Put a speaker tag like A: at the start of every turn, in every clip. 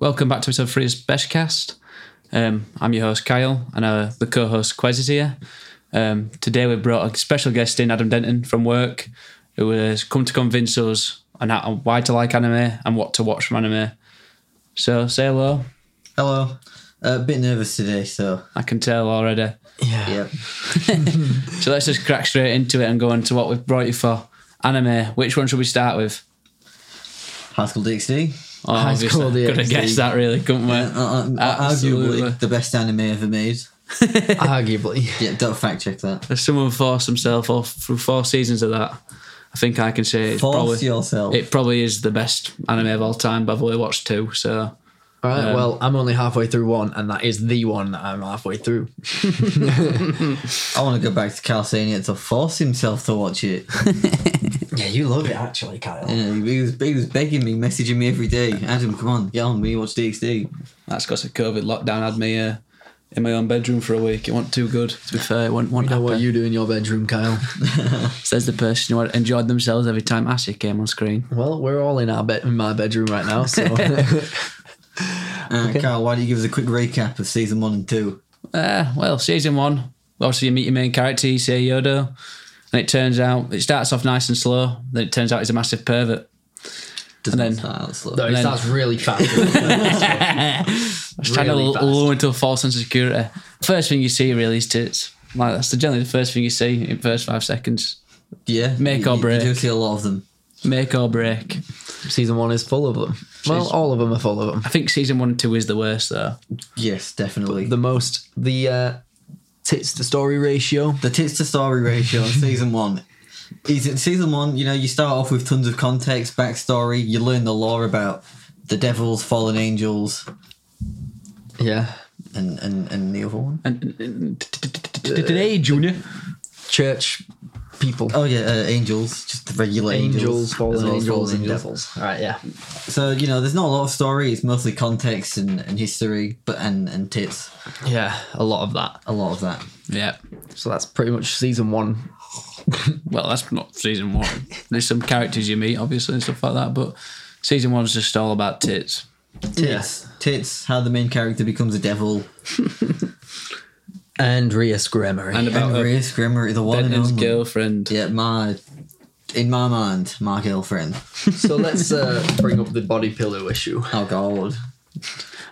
A: Welcome back to episode three of Specialcast. Um, I'm your host Kyle, and uh, the co-host Quez is here. Um, today we brought a special guest in, Adam Denton from work, who has come to convince us on how, on why to like anime and what to watch from anime. So say hello.
B: Hello. Uh, a bit nervous today, so
A: I can tell already.
B: yeah.
A: So let's just crack straight into it and go into what we've brought you for anime. Which one should we start with?
B: High School DxD.
A: Oh,
C: High
A: obviously,
C: School
A: could have
C: DxD.
A: guessed that really, couldn't we?
B: Uh, uh,
A: Absolutely.
B: arguably the best anime ever made.
C: Arguably.
B: Yeah, don't fact check that.
A: If someone forced himself off through four seasons of that, I think I can say it's
B: Force
A: probably
B: yourself.
A: it probably is the best anime of all time. But I've only watched two, so
C: All right.
A: Um,
C: well, I'm only halfway through one, and that is the one that I'm halfway through.
B: I want to go back to Cal saying it to force himself to watch it.
C: Yeah, you love it actually, Kyle.
B: Yeah, he, was, he was begging me, messaging me every day. Adam, come on, get on, we need to watch DxD.
A: that's because of COVID lockdown had me uh, in my own bedroom for a week. It wasn't too good. To be fair, it wasn't, wasn't
C: You know what
A: happy.
C: you do in your bedroom, Kyle?
A: Says the person who enjoyed themselves every time Ashi came on screen.
C: well, we're all in our bed in my bedroom right now. So
B: Uh, Carl, why don't you give us a quick recap of season one and two?
A: Uh, well, season one, obviously you meet your main character, Issei Yodo, and it turns out it starts off nice and slow. Then it turns out he's a massive pervert.
B: Doesn't
A: And then-
B: start out slow.
C: no, it
A: Then-
C: starts really fast.
A: I was trying
C: Really
A: to
C: fast.
A: lull into a false sense of security. First thing you see really is tits. Like that's the, generally the first thing you see in first five seconds.
B: Yeah,
A: Make
B: you,
A: or
B: you- You do
A: break.
B: see a lot of them.
A: Make or break.
C: Season one is full of them. Well,
A: She's-
C: all of them are full of them.
A: I think season one and two is the worst though.
B: Yes, definitely.
C: The most the uh, tits to story ratio.
B: the tits to story ratio in season one is in season one you know you start off with tons of context backstory you learn the lore about the devils fallen angels
C: Yeah,
B: and and, and the other one
A: And, and- and t- t- t- t- t- today, Junior.
C: church people.
B: Oh yeah, uh, angels, just the regular angels,
C: Angels,
B: as
C: fallen
B: well as
C: angels,
B: fallen
C: and
B: angels.
C: devils. All right, yeah.
B: So you know, there's not a lot of story. It's mostly context and, and history, but and and tits,
C: Yeah, a lot of that.
B: a lot of that.
A: Yeah.
C: So that's pretty much season one
A: Well, that's not season one. There's some characters you meet, obviously, and stuff like that. But season one's just all about tits.
B: Tits, tits. How the main character becomes a devil,
C: And Rias Gremery.
A: And about
B: and
A: her
B: Rhys Grimmer, the one and
A: Benton's
B: only.
A: girlfriend.
B: Yeah, my, in my mind, my girlfriend.
C: so let's uh, bring up the body pillow issue.
B: Oh God.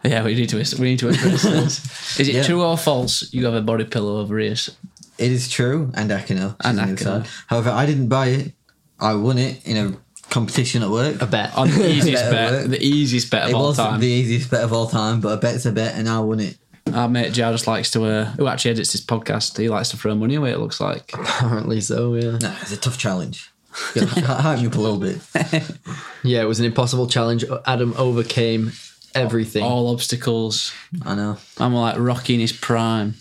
A: Yeah, we need to we need to address this. Is it
B: Yeah.
A: true or false? You have a body pillow over ears.
B: It is true, and Akino. she's
A: And
B: an
A: Akino.
B: inside. However, I didn't buy it. I won it in a competition at work.
C: A bet.
A: On the easiest
B: Better
A: bet,
B: work.
A: the easiest bet of
B: It
A: all
B: wasn't
A: time.
B: the easiest bet of all time, but a bet's a bet, and I won it.
A: Our mate Jar just likes to, uh, who actually edits his podcast, he likes to throw money away, it looks like.
C: Apparently so, yeah.
B: No, it's a tough challenge. You gotta hy- Hype me up a little bit.
C: Yeah, it was an impossible challenge. Adam overcame everything.
A: All obstacles.
B: I know.
A: I'm like Rocky in his prime.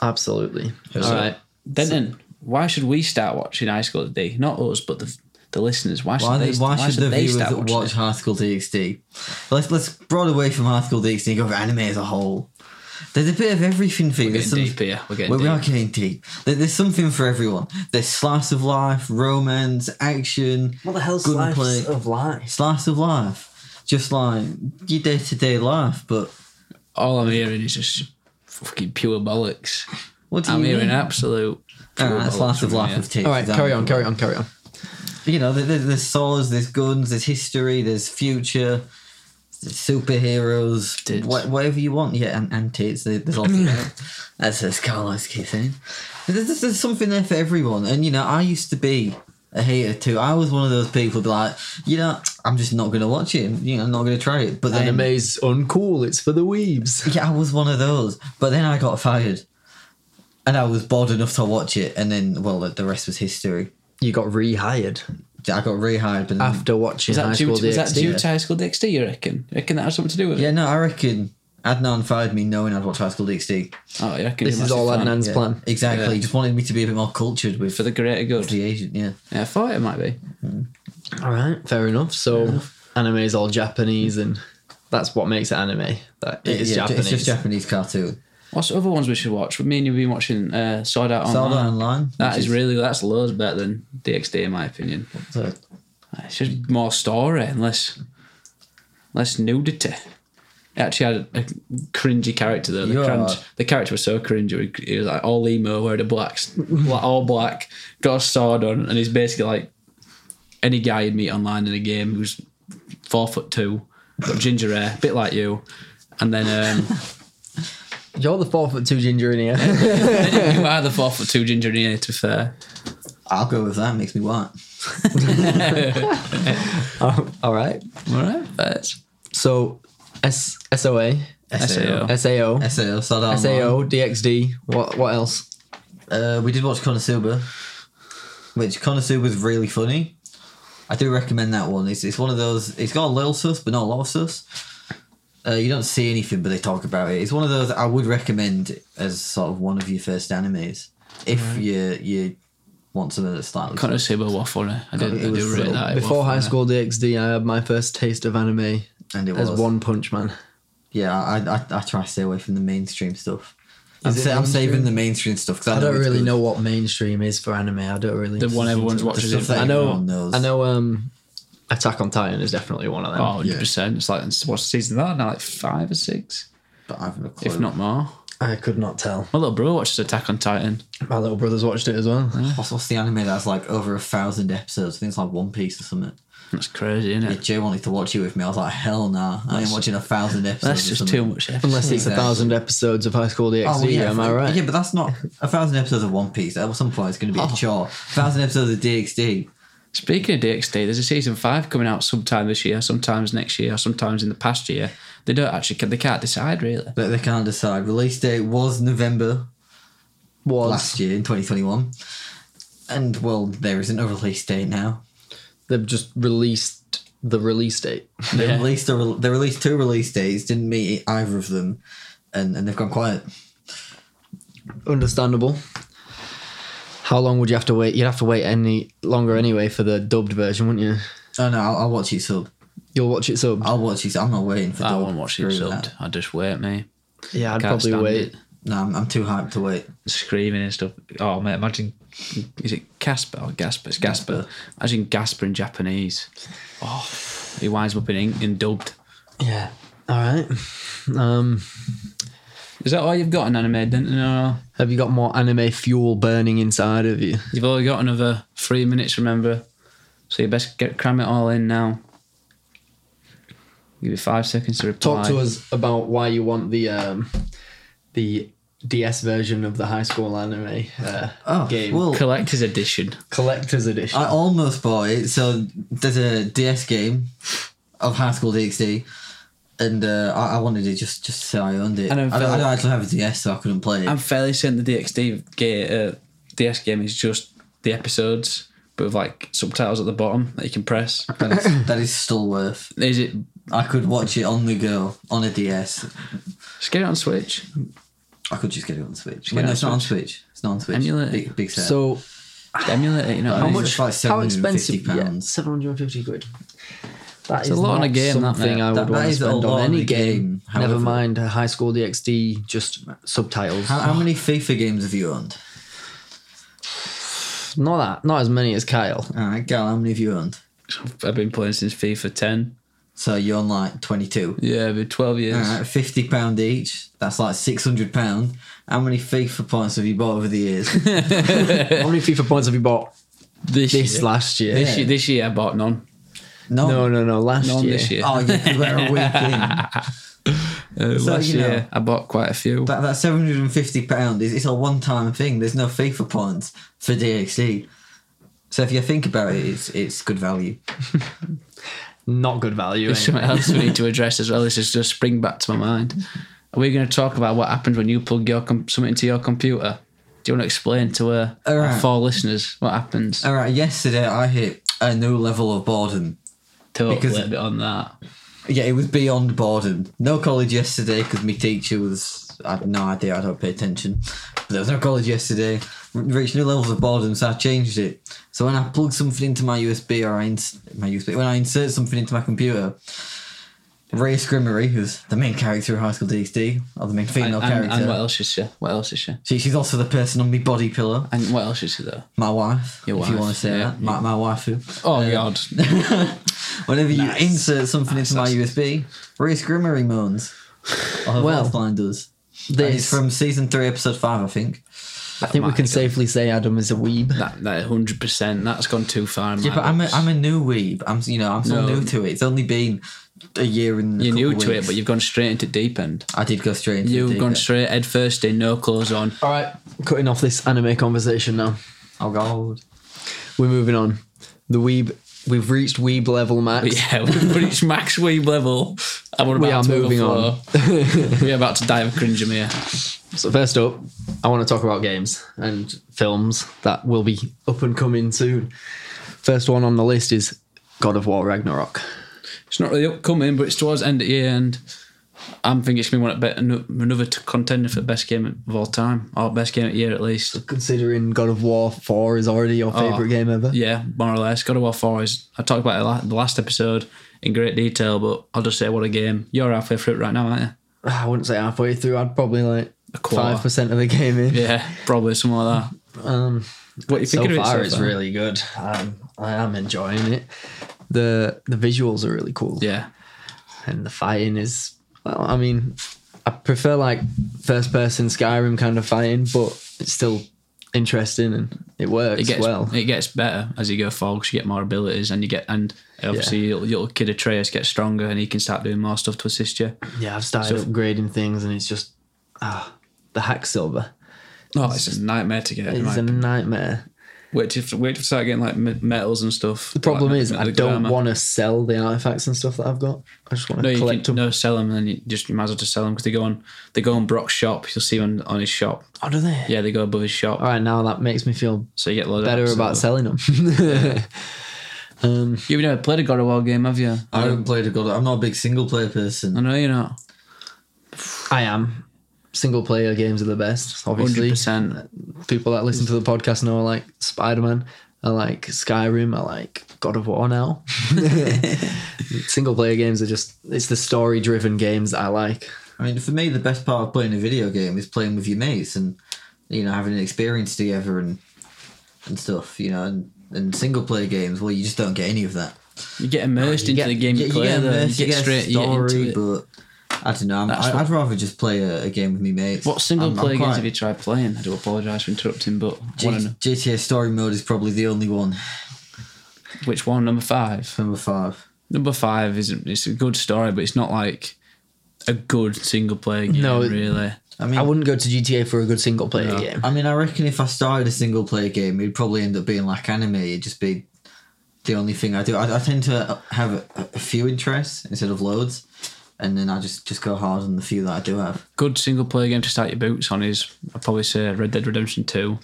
C: Absolutely.
B: Yes.
C: All right.
A: Denton, why should we start watching High School today? Not us, but the the listeners. Why should
B: Why,
A: they,
B: the- why should the
A: they
B: viewers
A: start
B: that
A: watching?
B: watch
A: it?
B: High School DxD? Let's let's broad away from High School DxD and go for anime as a whole. There's a bit of everything for you.
A: We're
B: There's
A: getting
B: some-
A: deep here. We're getting
B: We, we are
A: deep.
B: getting deep. There- There's something for everyone. There's slice of life, romance, action.
C: What the hell's
B: gunplay.
C: slice of life?
B: slice of life, just like your day to day life. But
A: All I'm hearing is just fucking pure bollocks.
B: what do
A: I'm
B: you
A: hearing
B: mean?
A: absolute.
B: Ah,
A: pure
B: that's
A: bollocks
B: slice of
A: from
B: life
A: here.
B: of tits.
C: All right,
B: is
C: carry
B: that-
C: on, carry on, carry on.
B: You know, there- there- there's swords, there's guns, there's history, there's future, there's superheroes,
A: Tits.
B: wha- whatever you want. Yeah, and, and tits. there- There's lots of that. As as Carlos keeps saying, there's, there's, there's something there for everyone. And you know, I used to be. A hater too. I was one of those people be like, you know, I'm just not gonna watch it. You know, I'm not gonna try it. But then
C: Anime's uncool, it's for the weebs.
B: Yeah, I was one of those. But then I got fired. And I was bored enough to watch it. And then, well, the- the rest was history.
C: You got rehired
B: I got rehired. But then,
C: after watching
A: Is that,
C: High
A: due
C: School
A: to, is that due
C: DxD.
A: to High School DxD, you reckon? You reckon that has something to do with it?
B: yeah, no, I reckon Adnan fired me knowing I'd watched High School DxD.
A: Oh, you reckon
C: This
A: you're
C: is
A: a
C: all
A: massive fan.
C: Adnan's
B: Yeah,
C: plan.
B: Exactly.
A: Yeah.
B: He Just wanted me to be a bit more cultured with
A: For the greater good.
B: the Asian, yeah.
A: Yeah, I thought it might be.
C: All right, fair enough. So anime is all Japanese, and that's what makes it anime. That it is
B: Yeah,
C: Japanese.
B: It's just Japanese cartoon.
A: What's the other ones we should watch? Me and you've been watching uh, Sword Art Online.
B: Sold online.
A: That
B: which
A: is really that's loads better than DxD in my opinion.
B: so-
A: It's just more story and less less nudity. It actually had a cringy character though. The,
B: You're
A: cringe,
B: right.
A: the character was so cringy. He was like all emo, wearing a black, s- black, all black, got a sword on, and he's basically like any guy you'd meet online in a game who's four foot two, got ginger hair, bit like you. And then um,
C: You're the four foot two ginger in here.
A: you are the four foot two ginger in here, to be fair.
B: I'll go with that. Makes me white.
C: All right.
A: All right, that's
C: So S S O A
A: SAO.
C: S A O
B: SAO. Sod
C: S A O D X D. What what else?
B: Uh, we did watch Konosuba, which Konosuba was really funny. I do recommend that one. It's, it's one of those. It's got a little sus, but not a lot of sus. Uh, you don't see anything, but they talk about it. It's one of those I would recommend as sort of one of your first animes if you you want something that's slightly.
A: Can't say about what for eh? I did, I
B: It was
A: do rate
B: little-
A: that. it
C: Before
A: was
C: high
A: funny.
C: school DxD, I had my first taste of anime
B: and it
C: as
B: was
C: One Punch Man.
B: Yeah, I, I I try to stay away from the mainstream stuff. I'm,
C: Is it
B: sa- I'm saving
C: mainstream?
B: the mainstream stuff because I,
C: I don't
B: it's
C: really
B: good.
C: know what mainstream is for anime. I don't really.
A: The one everyone's
B: The
A: watching.
B: stuff
A: it.
B: that
C: I know.
B: everyone knows.
C: I know. Um, Attack on Titan is definitely one of them.
A: Oh, 100%. It's like, what's season of that now? Like five or six,
B: but I haven't a clue.
A: if not more.
C: I could not tell.
A: My little brother watches Attack on Titan.
C: My little brother's watched it as well.
B: What's, what's the anime that's like over a thousand episodes? I think it's like One Piece or something.
A: That's crazy, isn't
B: Yeah,
A: it?
B: Jay wanted to watch it with me. I was like, hell nah. I ain't watching a thousand episodes.
A: That's
B: or
A: just
B: something.
A: too much. effort.
C: Unless it's a
B: Exactly.
C: thousand episodes of High School DxD,
B: well,
C: am I right?
B: Yeah, but that's not a thousand episodes of One Piece. At some point, it's going to
A: Oh.
B: be a chore. thousand episodes of DxD.
A: Speaking of DxD, there's a season five coming out sometime this year, sometimes next year, sometimes in the past year. They don't actually, they can't decide really.
B: But they can't decide. Release date was November
C: Was
B: last year in 2021. And well, there isn't a release date now.
C: they've just released the release date?
B: They
A: Yeah.
B: released a re- they released two release dates, didn't meet either of them, and, and they've gone quiet.
C: Understandable. How long would you have to wait? You'd have to wait any longer anyway for the dubbed version, wouldn't you?
B: Oh no, I'll, I'll watch it sub.
C: You'll watch it subbed.
B: I'll watch it. I'm not waiting for.
A: I
B: dub.
A: won't watch it
B: Screw that.
A: subbed. I just wait, mate.
C: yeah, I'd
A: Can't
C: probably
A: stand
C: wait.
A: it.
B: No, I'm, I'm too hyped to wait.
A: Screaming and stuff. Oh, mate, imagine. Is it Casper or Gasper? It's Gasper. Imagine Gasper in Japanese. Oh, he winds up in ink and dubbed.
C: Yeah. All right. Um,
A: Is that all you've got in anime, Denton? Or
C: have you got more anime fuel burning inside of you?
A: you've only got another three minutes, remember? So you best get cram it all in now. Give you five seconds to reply.
C: Talk to us about why you want the um, the DS version of the high school anime uh,
B: Oh,
C: game
B: well,
A: Collector's edition.
C: collector's edition.
B: I almost bought it. So there's a DS game of High School DxD, and uh, I, I wanted it just just so I owned it.
A: And
B: I
A: I
B: don't, I
A: felt-
B: don't actually have a DS, so I couldn't play it.
A: I'm fairly certain the DxD ga- uh, DS game is just the episodes, but with like subtitles at the bottom that you can press.
B: That is- that is still worth.
A: Is it?
B: I could watch it on the go on a DS.
A: Just get it on Switch.
B: I could just get it on Switch.
A: get
B: Wait,
A: it
B: no,
A: on
B: it's not on Switch. It's not on Switch.
A: Emulate.
B: Big, big set.
C: so
A: Just Emulate it. You know
B: How
A: what I mean?
B: much- It's like
C: how
B: 750
C: expensive? Yeah,
B: pounds.
C: seven hundred and fifty quid. That's
A: a lot on a game, that,
C: Something
A: mate.
C: I would
B: That- that
C: want to
B: is a
C: spend
B: lot
C: on
B: on
C: any
B: a
C: game.
B: game, however.
C: Never mind a High School DxD, just subtitles.
B: how, how many FIFA games have you owned?
C: not that, not as many as Kyle.
B: All right, Gal, how many have you owned?
A: I've been playing since FIFA 10.
B: So you own like 22.
A: Yeah, it 12 years.
B: All right, fifty pound each. That's like six hundred pound. How many FIFA points have you bought over the years?
C: How many FIFA points have you bought
A: This,
C: this
A: year.
C: last year?
A: This, year, this year I bought none.
B: No.
C: No, no, no. Last
A: None
C: year.
A: this year.
B: Oh, you could wear a week in.
A: Uh,
B: so,
A: last
B: you know-
A: year I bought quite a few.
B: That that seven hundred and fifty pound is it's a one time thing. There's no FIFA points for DXD. So if you think about it, it's it's good value.
C: Not good value. eh?
A: There's
C: anyway.
A: something else we need to address as well. This is just spring back to my mind. Are we going to talk about what happens when you plug your com- something into your computer? Do you want to explain to uh,
B: All right.
A: our four listeners what happens?
B: All right. Yesterday I hit a new level of boredom.
A: Talk
B: because-
A: a little bit on that.
B: Yeah, it was beyond boredom. No college yesterday because my teacher was. I had no idea. I don't pay attention. But there was no college yesterday. Re- Reached new levels of boredom, so I changed it. So when I plug something into my USB or I ins- my USB, when I insert something into my computer, Ray Scrimmery, who's the main character of High School DxD, or the main female
A: and, and-
B: character.
A: and what else is she? What else is she?
B: she, she's also the person on my body pillow.
A: And what else is she though?
B: My wife,
A: Your
B: if you
A: wife,
B: want to say
A: yeah.
B: that. My, my waifu.
A: Oh God!
B: Whenever
A: Nice.
B: you insert something
A: Nice,
B: into my
A: that's-
B: USB, Ray Scrimmery moans. Or her
C: Well,
B: voice line does. And it's
C: This,
B: from season three, episode five, I think.
C: I think we
A: My
C: can
A: God.
C: safely say Adam is a weeb.
A: That that hundred percent. That's gone too far. in
B: Yeah,
A: my
B: but I'm a,
A: books.
B: I'm a new weeb. I'm you know I'm so
A: No.
B: new to it. It's only been a year and a
A: You're new
B: couple
A: to it,
B: weeks.
A: but you've gone straight into deep end.
B: I did go straight. Into
A: You've
B: the
A: gone
B: deep
A: straight head first in, no clothes on.
C: All right, cutting off this anime conversation now.
B: end. Oh god.
C: We're moving on. The weeb, we've reached weeb level max.
A: But yeah, we've reached max weeb level. And we're
C: We
A: about
C: are
A: to
C: moving on.
A: overflow. we're about to die of cringe here.
C: So first up, I want to talk about games and films that will be up and coming soon. First one on the list is God of War Ragnarok.
A: It's not really upcoming, but it's towards end of year, and I'm thinking it's going to be one of the be- ano- another t- contender for best game of all time, or best game of the year at least.
C: Considering God of War Four is already your
A: Oh.
C: favorite game ever.
A: Yeah, more or less. God of War 4 is. I talked about it la- the last episode in great detail, but I'll just say what a game. You're halfway through it right now, aren't you?
C: I wouldn't say halfway through. I'd probably like
A: quarter.
C: five percent of the game in.
A: Yeah, probably something like that.
C: Um,
A: What you
C: so
A: thinking of it so
C: far, it's
A: far?
C: really good. Um, I am enjoying it. the The visuals are really cool.
A: Yeah.
C: and the fighting is well. I mean, I prefer like first person Skyrim kind of fighting, but it's still interesting and it works
A: It gets
C: well.
A: it gets better as you go forward 'cause you get more abilities and you get and obviously your, little kid Atreus gets stronger and he can start doing more stuff to assist you.
C: yeah, I've started
A: So-
C: upgrading things, and it's just ah, the hack silver. Oh,
A: No, it's, a nightmare to get.
C: It's
A: Right?
C: a nightmare.
A: wait till you- wait to start getting like me- metals and stuff.
C: The problem
A: Like,
C: is,
A: the
C: I
A: good
C: don't
A: armor.
C: want to sell the artifacts and stuff that I've got. I just want
A: No,
C: to
A: you
C: collect
A: can
C: them.
A: no sell them, and then you just you might as well just sell them because they go on they go on Brock's shop. You'll see them on his shop.
C: Oh, do they?
A: Yeah, they go above his shop,
C: All right, now that makes me feel
A: so you get loads.
C: better
A: of
C: about
A: stuff.
C: selling them. um,
A: You've never played a God of War game, have you?
B: I haven't played a god. I'm not a big single player person.
A: I know you're not.
C: I am. Single player games are the best.
A: Hundred
C: Obviously,
A: percent.
C: people that listen to the podcast know I like Spider Man, I like Skyrim, I like God of War now. Single player games are just, it's the story driven games that I like.
B: I mean, for me, the best part of playing a video game is playing with your mates and you know having an experience together and and stuff. You know, and, and single player games, well, you just don't get any of that.
A: You get immersed into
C: get-
A: the game you, play. though.
B: immersed,
A: you get,
B: a
A: straight you get into it.
B: but I don't know. I'm,
A: That's
B: I,
A: what-
B: I'd rather just play a, a game with me mates.
A: What single
B: I'm- I'm
A: player games
B: quite-
A: have you tried playing? I do apologise for interrupting, but
B: G-
A: one and,
B: GTA Story Mode is probably the only one.
A: which one? Number five.
B: Number five.
A: Number five isn't. It's a good story, but it's not like a good single player game.
C: No, it-
A: really.
B: I mean,
C: I
B: I,
C: wouldn't go to GTA for a good single player
A: No.
C: game.
B: mean, I reckon if I started a single player game, it'd probably end up being like anime. It'd just be the only thing I do. I, I tend to have a, a few interests instead of loads, and then I just just go hard on the few that I do have.
A: Good single player game to start your boots on is I'd probably say Red Dead Redemption Two.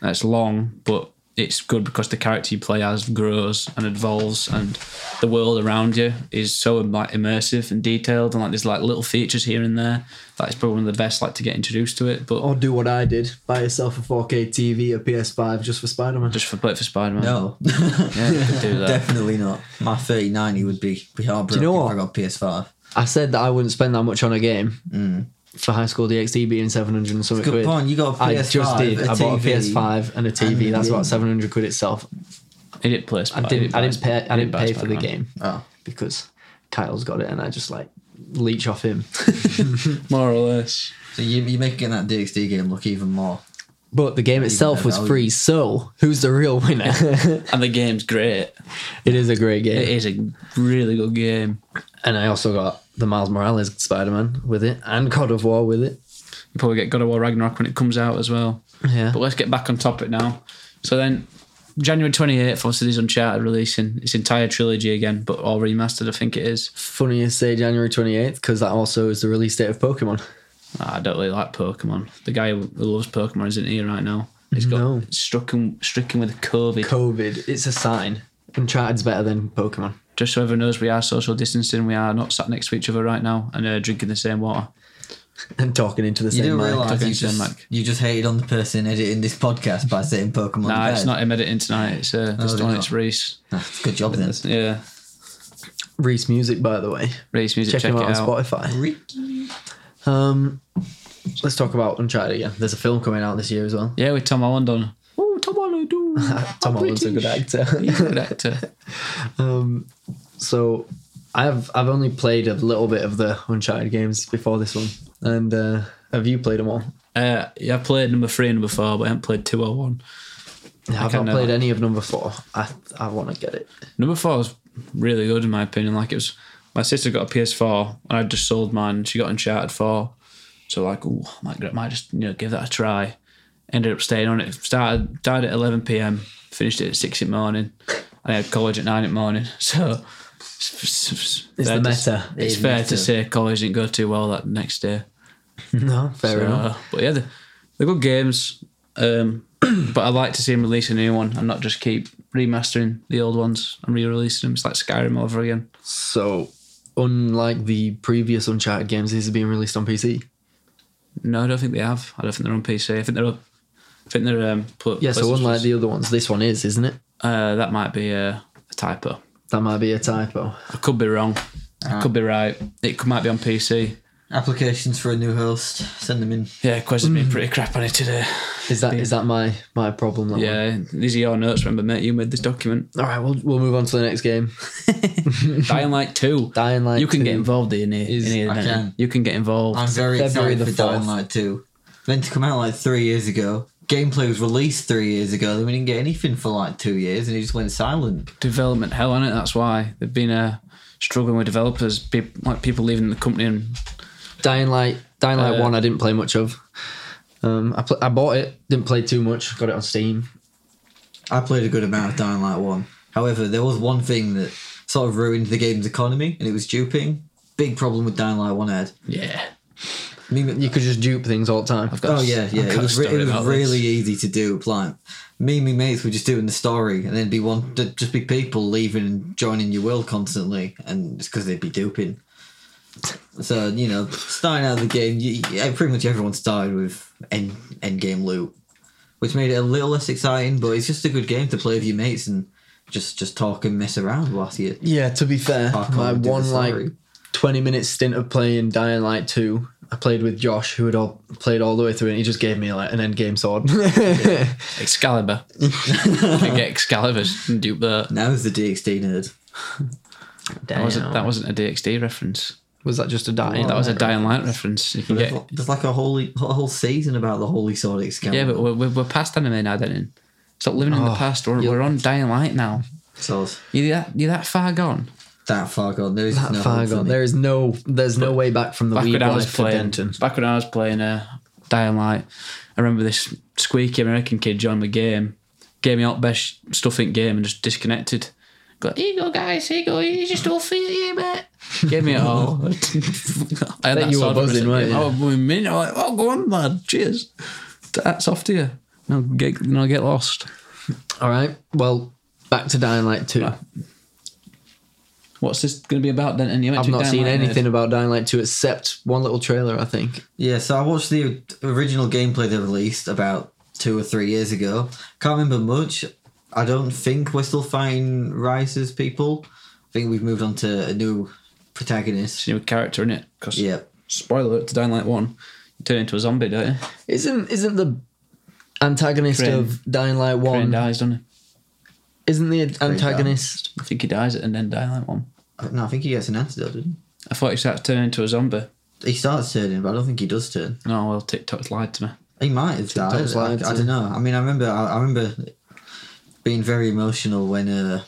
A: That's long, but it's good because the character you play as grows and evolves, and the world around you is so like immersive and detailed, and like there's like little features here and there. That is probably one of the best like to get introduced to it. But
C: Or do what I did buy yourself a 4K TV, a PS5 just for Spider Man.
A: just for play it for Spider Man.
B: No,
A: Yeah, you could do that.
B: definitely not. My thirty ninety would be be heartbroken
C: know what?
B: if I got PS Five.
C: I said that I wouldn't spend that much on a game for High School DxD being 700 and something
B: Good
C: quid.
B: point. You got a
C: I
B: PS5,
C: just did.
B: a
C: I bought a
B: TV,
C: PS5 and a TV.
B: and a
C: That's
B: game.
C: about 700 quid itself.
A: He didn't play.
C: I
A: Spider-
C: didn't. I
A: buy
C: didn't
A: Spider-
C: pay. I didn't
A: buy
C: pay for the
A: Spider-Man.
C: game
B: Oh.
C: because Kyle's got it, and I just like leech off him.
A: More or less.
B: So you, you're making that DxD game look even more.
C: But the game itself
B: their
C: was
B: value.
C: free, so who's the real winner?
A: And the game's great.
C: it is a great game,
A: It is a really good game.
C: and I also got the Miles Morales Spider Man with it, and God of War with it.
A: You probably get God of War Ragnarok when it comes out as well.
C: Yeah,
A: But let's get back on topic now. So then, January 28th, obviously, there's Uncharted releasing its entire trilogy again, but all remastered, I think it is.
C: funny you say January twenty eighth because that also is the release date of Pokemon.
A: Ah, I don't really like Pokemon. The guy who loves Pokemon isn't here right now. He's got
C: No.
A: stricken, stricken with COVID.
C: COVID, it's a sign. Uncharted's better than Pokemon.
A: Just so everyone knows, we are social distancing. We are not sat next to each other right now and uh, drinking the same water.
C: And talking into the
B: You
C: same
B: do
C: mic.
B: realise
A: talking
B: you
A: to the
B: just,
A: mic.
B: you just hated on the person editing this podcast by saying Pokemon.
A: Nah, it's
B: bad.
A: not him editing tonight. It's uh, this
B: they're
A: one.
B: not.
A: It's Reese.
B: Ah, Good job then.
A: Yeah.
C: Reese Music, by the way.
A: Race music,
C: Check,
A: check,
C: him
A: it
C: out,
A: out.
C: on Spotify. Um, let's talk about Uncharted again. There's a film coming out this year as well.
A: Yeah, with Tom Holland on.
C: Oh, Tom Holland! Tom Holland's a good actor.
A: He's a good actor.
C: Um, so I've I've only played a little bit of the Uncharted games before this one, and uh, have you played them all?
A: Uh, yeah, I played number three and number four, but I haven't played two or one.
C: Yeah, I've not
A: kinda-
C: played any of number four. I I want to get it.
A: Number four was really good in my opinion. Like it was, my sister got a PS4 and I just sold mine. She got Uncharted four, so like, ooh, I might, I might just you know give that a try. Ended up staying on it. Started died at eleven p.m. Finished it at six in the morning. I had college at nine in the morning, so it's
C: It's the meta.
A: To, it's
B: It's
A: fair
B: meta.
A: to say college didn't go too well that next day.
C: No, fair
A: So, uh,
C: enough.
A: But yeah, they're, they're good games. Um, but I like to see them release a new one and not just keep remastering the old ones and re-releasing them. It's like Skyrim all over again.
C: So unlike the previous Uncharted games, these are being released on PC.
A: No, I don't think they have. I don't think they're on PC. I think they're up. I think they're um. Put,
C: Yeah, so
A: PlayStation-
C: unlike the other ones, this one is, isn't it?
A: uh, that might be a, a typo.
C: That might be a typo.
A: I could be wrong. I could be right. It could, might be on PC.
B: Applications for a new host. Send them in.
A: Yeah, Quest has been pretty crap on it today.
C: Is that is that my my problem? That one?
A: Yeah, these are your notes. Remember, mate, you made this document.
C: All right, we'll we'll move on to the next game.
A: Dying Light Two.
C: Dying Light.
A: you can
C: 2.
A: get involved in it.
C: is-
A: in here,
B: I
A: don't you?
B: can.
A: You can get involved.
B: I'm very
C: February
B: excited
C: the
B: for Dying
C: 4th.
B: Light 2. Meant to come out like three years ago. Gameplay was released three years ago, then we didn't get anything for like two years and it just went silent.
A: development hell on it. That's why they've been uh, struggling with developers, pe- like people leaving the company. And
C: Dying Light. Dying Light
A: Uh,
C: One. I didn't play much of. Um, I pl- I bought it. Didn't play too much. Got it on Steam.
B: I played a good amount of Dying Light 1. However, there was one thing that sort of ruined the game's economy and it was duping. Big problem with Dying Light 1 had.
A: yeah,
B: I mean,
C: You could just dupe things all the time.
A: I've got.
B: Oh
A: a s-
B: yeah,
A: I've
B: yeah.
A: got
B: It
A: a
B: was, re-
A: story
B: it was
A: about
B: really
A: this.
B: easy to do. Like me and my mates were just doing the story, and then be one there'd just be people leaving and joining your world constantly, and it's because they'd be duping. So you know, starting out the game, you, you- pretty much everyone started with end end game loot, which made it a little less exciting. But it's just a good game to play with your mates and just just talk and mess around whilst you.
C: Yeah, to be fair,
A: Oh,
B: Fuck, I
C: my
B: would do the
C: one like
B: story.
C: twenty minute stint of playing Dying Light two, I played with Josh, who had all played all the way through, and he just gave me like an end game sword.
A: Excalibur. you can get Excalibur and dupe that.
B: Now's the DxD nerd.
A: That wasn't, that wasn't a DxD reference.
C: was that just a dying?
A: that was a Dying Light reference. You can
B: There's
A: get.
B: like- There's like a holy a whole season about the holy sword excalibur.
A: Yeah, but we're, we're, we're past anime now, then. Stop living in
C: Oh,
A: the past. We're, we're on Dying Light now.
B: Source.
A: You're that, you're that far gone.
B: That far gone. There is
C: That
B: no
C: far
B: hope for
C: gone.
B: me.
C: There is no. There's no way back from the
A: Back
C: weed
A: when I was
C: life for
A: playing,
C: Denton.
A: back when I was playing uh, Dying Light, I remember this squeaky American kid joined the game, gave me all the best stuff in game and just disconnected. Go, here you go, guys, here you go, here's your stuff, here you mate. Gave me it all. I had
C: Bet you
A: sword
C: were
A: for a
C: buzzing,
A: second.
C: weren't you?
A: I was buzzing. I was like, oh, go on, lad, cheers. That's off to you. Now get, now get lost.
C: All right. Well, back to Dying Light two.
A: Right. What's this going to be about then? And you
C: I've
A: mentioned
C: not
A: Dying
C: seen
A: Light,
C: anything about Dying Light two except one little trailer. I think.
B: Yeah, so I watched the original gameplay they released about two or three years ago. Can't remember much. I don't think we're still fighting Rice's people. I think we've moved on to a new
A: It's
B: protagonist.
A: a new character in it. Because
B: Yeah.
A: spoiler alert to Dying Light one, you turn into a zombie, don't you?
C: Isn't isn't the antagonist
A: Crane.
C: of Dying Light
A: Crane
C: one?
A: dies, doesn't he?
C: Isn't the antagonist?
A: I think he dies at an end Dying Light one.
B: No, I think he gets an antidote, didn't
A: I thought he starts turning into a zombie.
B: he? He starts turning, but I don't think he does turn.
A: No, well, TikTok's lied to me.
B: He might have died.
C: TikTok's
B: I,
C: lied to
B: don't know. I mean, I remember. I, I remember being very emotional when uh,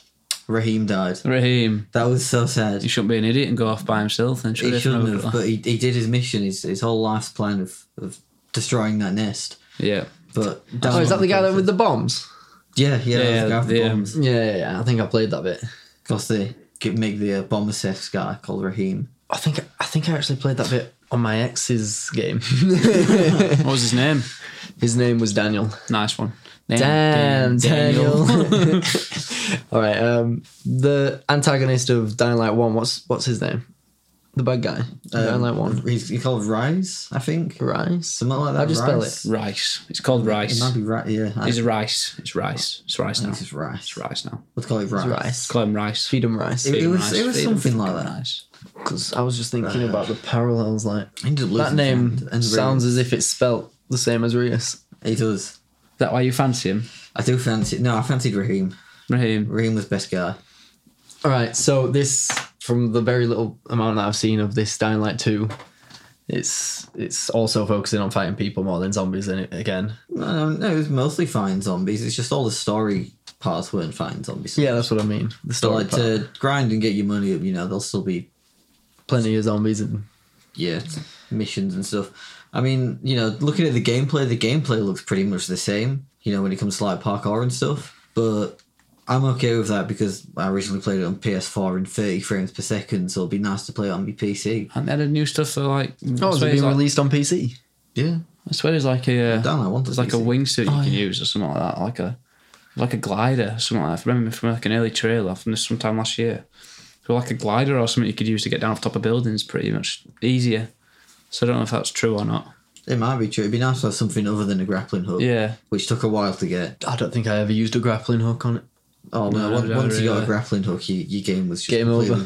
B: Raheem died.
A: Raheem,
B: That was so sad.
A: he shouldn't be an idiot and go off by himself. Then should
B: He shouldn't have, but he, he did his mission, his, his whole life's plan of, of destroying that nest.
A: yeah,
B: But
C: Oh, is that the guy that with the bombs?
B: yeah yeah,
A: Yeah,
B: yeah the, guy with the
A: the, um,
B: bombs?
C: Yeah, yeah, yeah. I think I played that bit.
B: 'Cause they could make the uh, bomber sex guy called Raheem.
C: I think I think I actually played that bit on my ex's game.
A: what was his name?
C: His name was Daniel.
A: Nice one. Name-
C: Damn,
A: Dan-
C: Daniel. All right. Um, the antagonist of Dying Light One. What's what's his name? the bad guy? I don't like one.
B: Um, He's, he's called Rise, I think.
C: Rice.
B: Something like that.
C: How do you spell
B: Rice?
A: Rice. It's called
B: It
A: rice.
B: might be Rice. Yeah, I, I
A: It's rice. It's rice. It's rice now.
B: think it's
A: It's
B: Rice.
A: rice now.
B: Let's call it Rice.
C: Rice.
A: Call him rice.
C: Feed him rice.
B: It, it
A: Feed
B: was
A: Rice,
B: it was
A: feed him.
B: something like that.
A: Rice.
C: Because I was just thinking about the parallels. Like
B: Ended up
C: that
B: losing
C: name
B: friend and
C: sounds
B: ruined.
C: as if it's spelt the same as Rias.
B: He does.
A: Is that why you fancy him?
B: I do fancy. No, I fancied Raheem.
A: Raheem.
B: Raheem was best guy.
C: All right. So this, from the very little amount that I've seen of this Dying Light Two, it's it's also focusing on fighting people more than zombies. In it again.
B: No, no, it was mostly fine zombies. It's just all the story parts weren't fine zombies.
C: Yeah, that's what I mean. The
B: So
C: story.
B: like
C: part.
B: to grind and get your money up, you know, they'll still be
C: Plenty of zombies and
B: yeah missions and stuff. I mean, you know, looking at the gameplay, the gameplay looks pretty much the same. You know, when it comes to like parkour and stuff, but I'm okay with that because I recently played it on PS4 in 30 frames per second, so it'll be nice to play it on my PC.
A: And they had new stuff for like.
C: oh,
A: I
C: it's
A: swear it's
C: being
A: like,
C: released on PC.
B: Yeah,
A: I swear there's like a. Uh,
B: Dan, I want
A: There's
B: a
A: like a
B: PC.
A: wingsuit you can
C: Oh, yeah.
A: use or something like that, like a like a glider or something like that. I remember from like an early trailer from this sometime last year. So like a glider or something you could use to get down off top of buildings pretty much easier. So I don't know if that's true or not.
B: It might be true. It'd be nice to have something other than a grappling hook,
A: Yeah.
B: which took a while to get.
C: I don't think I ever used a grappling hook on it.
B: Oh no!
A: No,
B: once
A: no,
B: once you got
A: really.
B: a grappling hook, you, your game was just
C: Game
B: completely
C: over.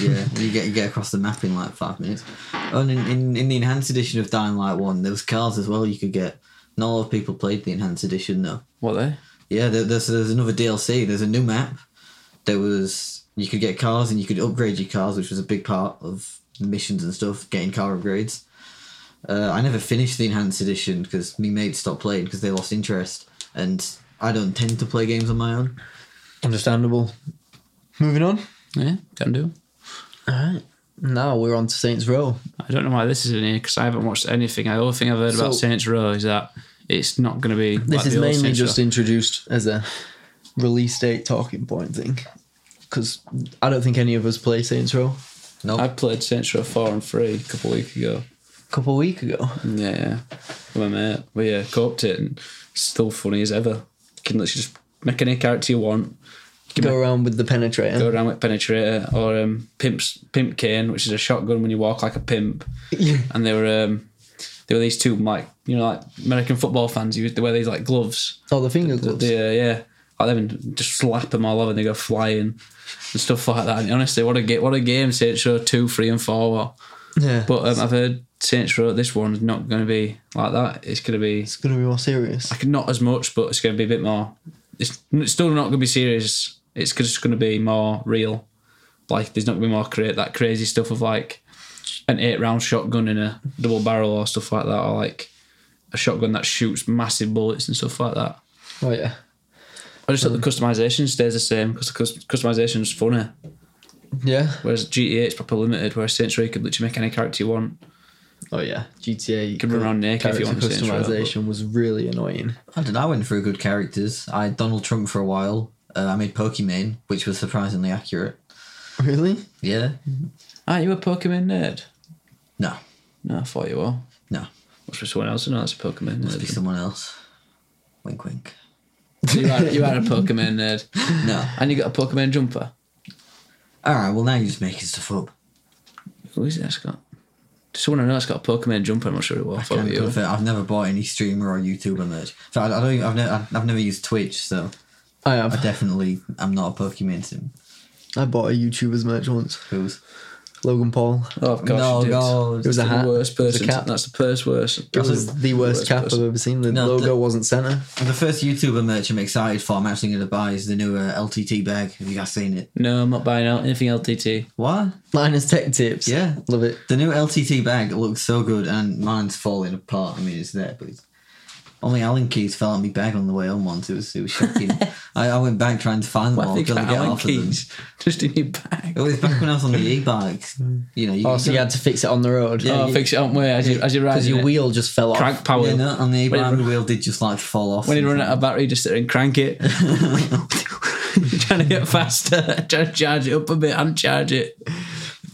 B: Yeah, you get you get across the map in like five minutes. Oh, And in, in, in the enhanced edition of Dying Light One, there was cars as well. You could get. Not a lot of people played the enhanced edition though.
A: What they?
B: Yeah, there, there's there's another DLC. There's a new map. There was you could get cars and you could upgrade your cars, which was a big part of the missions and stuff, getting car upgrades. Uh, I never finished the enhanced edition because me mates stopped playing because they lost interest, and I don't tend to play games on my own.
C: Understandable. Moving on.
A: Yeah, can do.
C: All right. Now we're on to Saints Row.
A: I don't know why this is in here because I haven't watched anything. I only thing I've heard about
C: So-
A: Saints Row is that it's not going to be.
C: This
A: like
C: is
A: the old
C: mainly
A: Saints Row.
C: just introduced as a release date talking point thing. Because I don't think any of us play Saints Row.
B: No,
A: I played Saints Row four and three a couple of weeks ago.
C: A couple of weeks ago.
A: Yeah, yeah. With my mate. We uh, coped it and it's still funny as ever. You can literally just make any character you want. You can
C: Go
A: make-
C: around with the penetrator.
A: go around with Penetrator or um, Pimp's, Pimp Cane, which is a shotgun when you walk like a pimp.
C: Yeah.
A: And they were um, they were these two, like, you know, like American football fans, you, they wear these like gloves.
C: Oh, the finger gloves.
A: Yeah, yeah. Like them and just slap them all over and they go flying and stuff like that. And honestly, what a, ga- what a game Saints Row 2, 3 and 4 were.
C: Yeah.
A: But um, I've heard Saints Row, this one's not going to be like that. It's going to be
C: it's going to be more serious.
A: like, not as much, but it's going to be a bit more. It's, it's still not going to be serious. It's just going to be more real. Like there's not going to be more cra- that crazy stuff of like an eight round shotgun in a double barrel or stuff like that, or like a shotgun that shoots massive bullets and stuff like that.
C: Oh, yeah.
A: I just thought the customization stays the same because the cus- customization's funny.
C: Yeah.
A: Whereas GTA is proper limited, whereas Saints Row you could literally make any character you want.
C: Oh, yeah. GTA. You
A: can run around naked if you want to, Saints Row,
C: customization was really annoying.
B: I did. I went through good characters. I had Donald Trump for a while. Uh, I made Pokimane, which was surprisingly accurate.
C: Really?
B: Yeah.
A: Aren't Ah, you a Pokemon nerd?
B: No,
A: No, I thought you were.
B: no,
A: Must be someone else. No, that's a Pokemon
B: must be
A: nerd.
B: someone else. Wink, wink.
A: you, are, you are a Pokemon nerd.
B: No.
A: And you got a Pokemon jumper.
B: All right. Well, now you're just making stuff up.
A: Who is it that's got? Someone I know that's got a Pokemon jumper. I'm not sure who it was.
B: Can
A: Probably you.
B: confirm- I've never bought any streamer or YouTuber merch. In fact, I, I don't. Even, I've never. I've never used Twitch, so
C: I
B: I
C: have.
B: definitely am not a Pokemon sim.
C: I bought a YouTuber's merch once.
B: Who's?
C: Logan Paul.
A: Oh, of course
B: No,
A: you did.
B: no,
A: It was a
C: hat.
A: The worst
C: It was a
A: person.
C: cap.
A: That's the first worst.
C: That was the worst, cap
A: person.
C: I've ever seen. The
B: No,
C: logo
B: the-
C: wasn't centre.
B: The first YouTuber merch I'm excited for. I'm actually going to buy is the new uh, LTT bag. Have you guys seen it?
A: No, I'm not buying out anything LTT.
B: What?
C: Linus Tech Tips.
B: Yeah.
C: Love it.
B: The new LTT bag looks so good, and mine's falling apart. I mean, it's there, but it's... only Allen keys fell out my bag on the way home once. It was it was shocking. I, I went back trying to find them
A: Why
B: all.
A: have you
B: Couldn't
A: got
B: Oh, get
A: Allen
B: off of them.
A: Keys just in your bag?
B: It was back when I was on the e-bike. You know, you,
C: Oh, so you had to fix it on the road.
A: oh,
B: you-
A: fix it on where as you as you ride.
C: Because your wheel just fell off.
A: crank power.
B: Yeah, no, and the
A: When you
B: e-bike
A: run-
B: wheel did just like fall off.
A: when you
B: and-
A: run out of battery, just sit there and crank it. You're trying to get faster. Trying to charge it up a bit and charge it.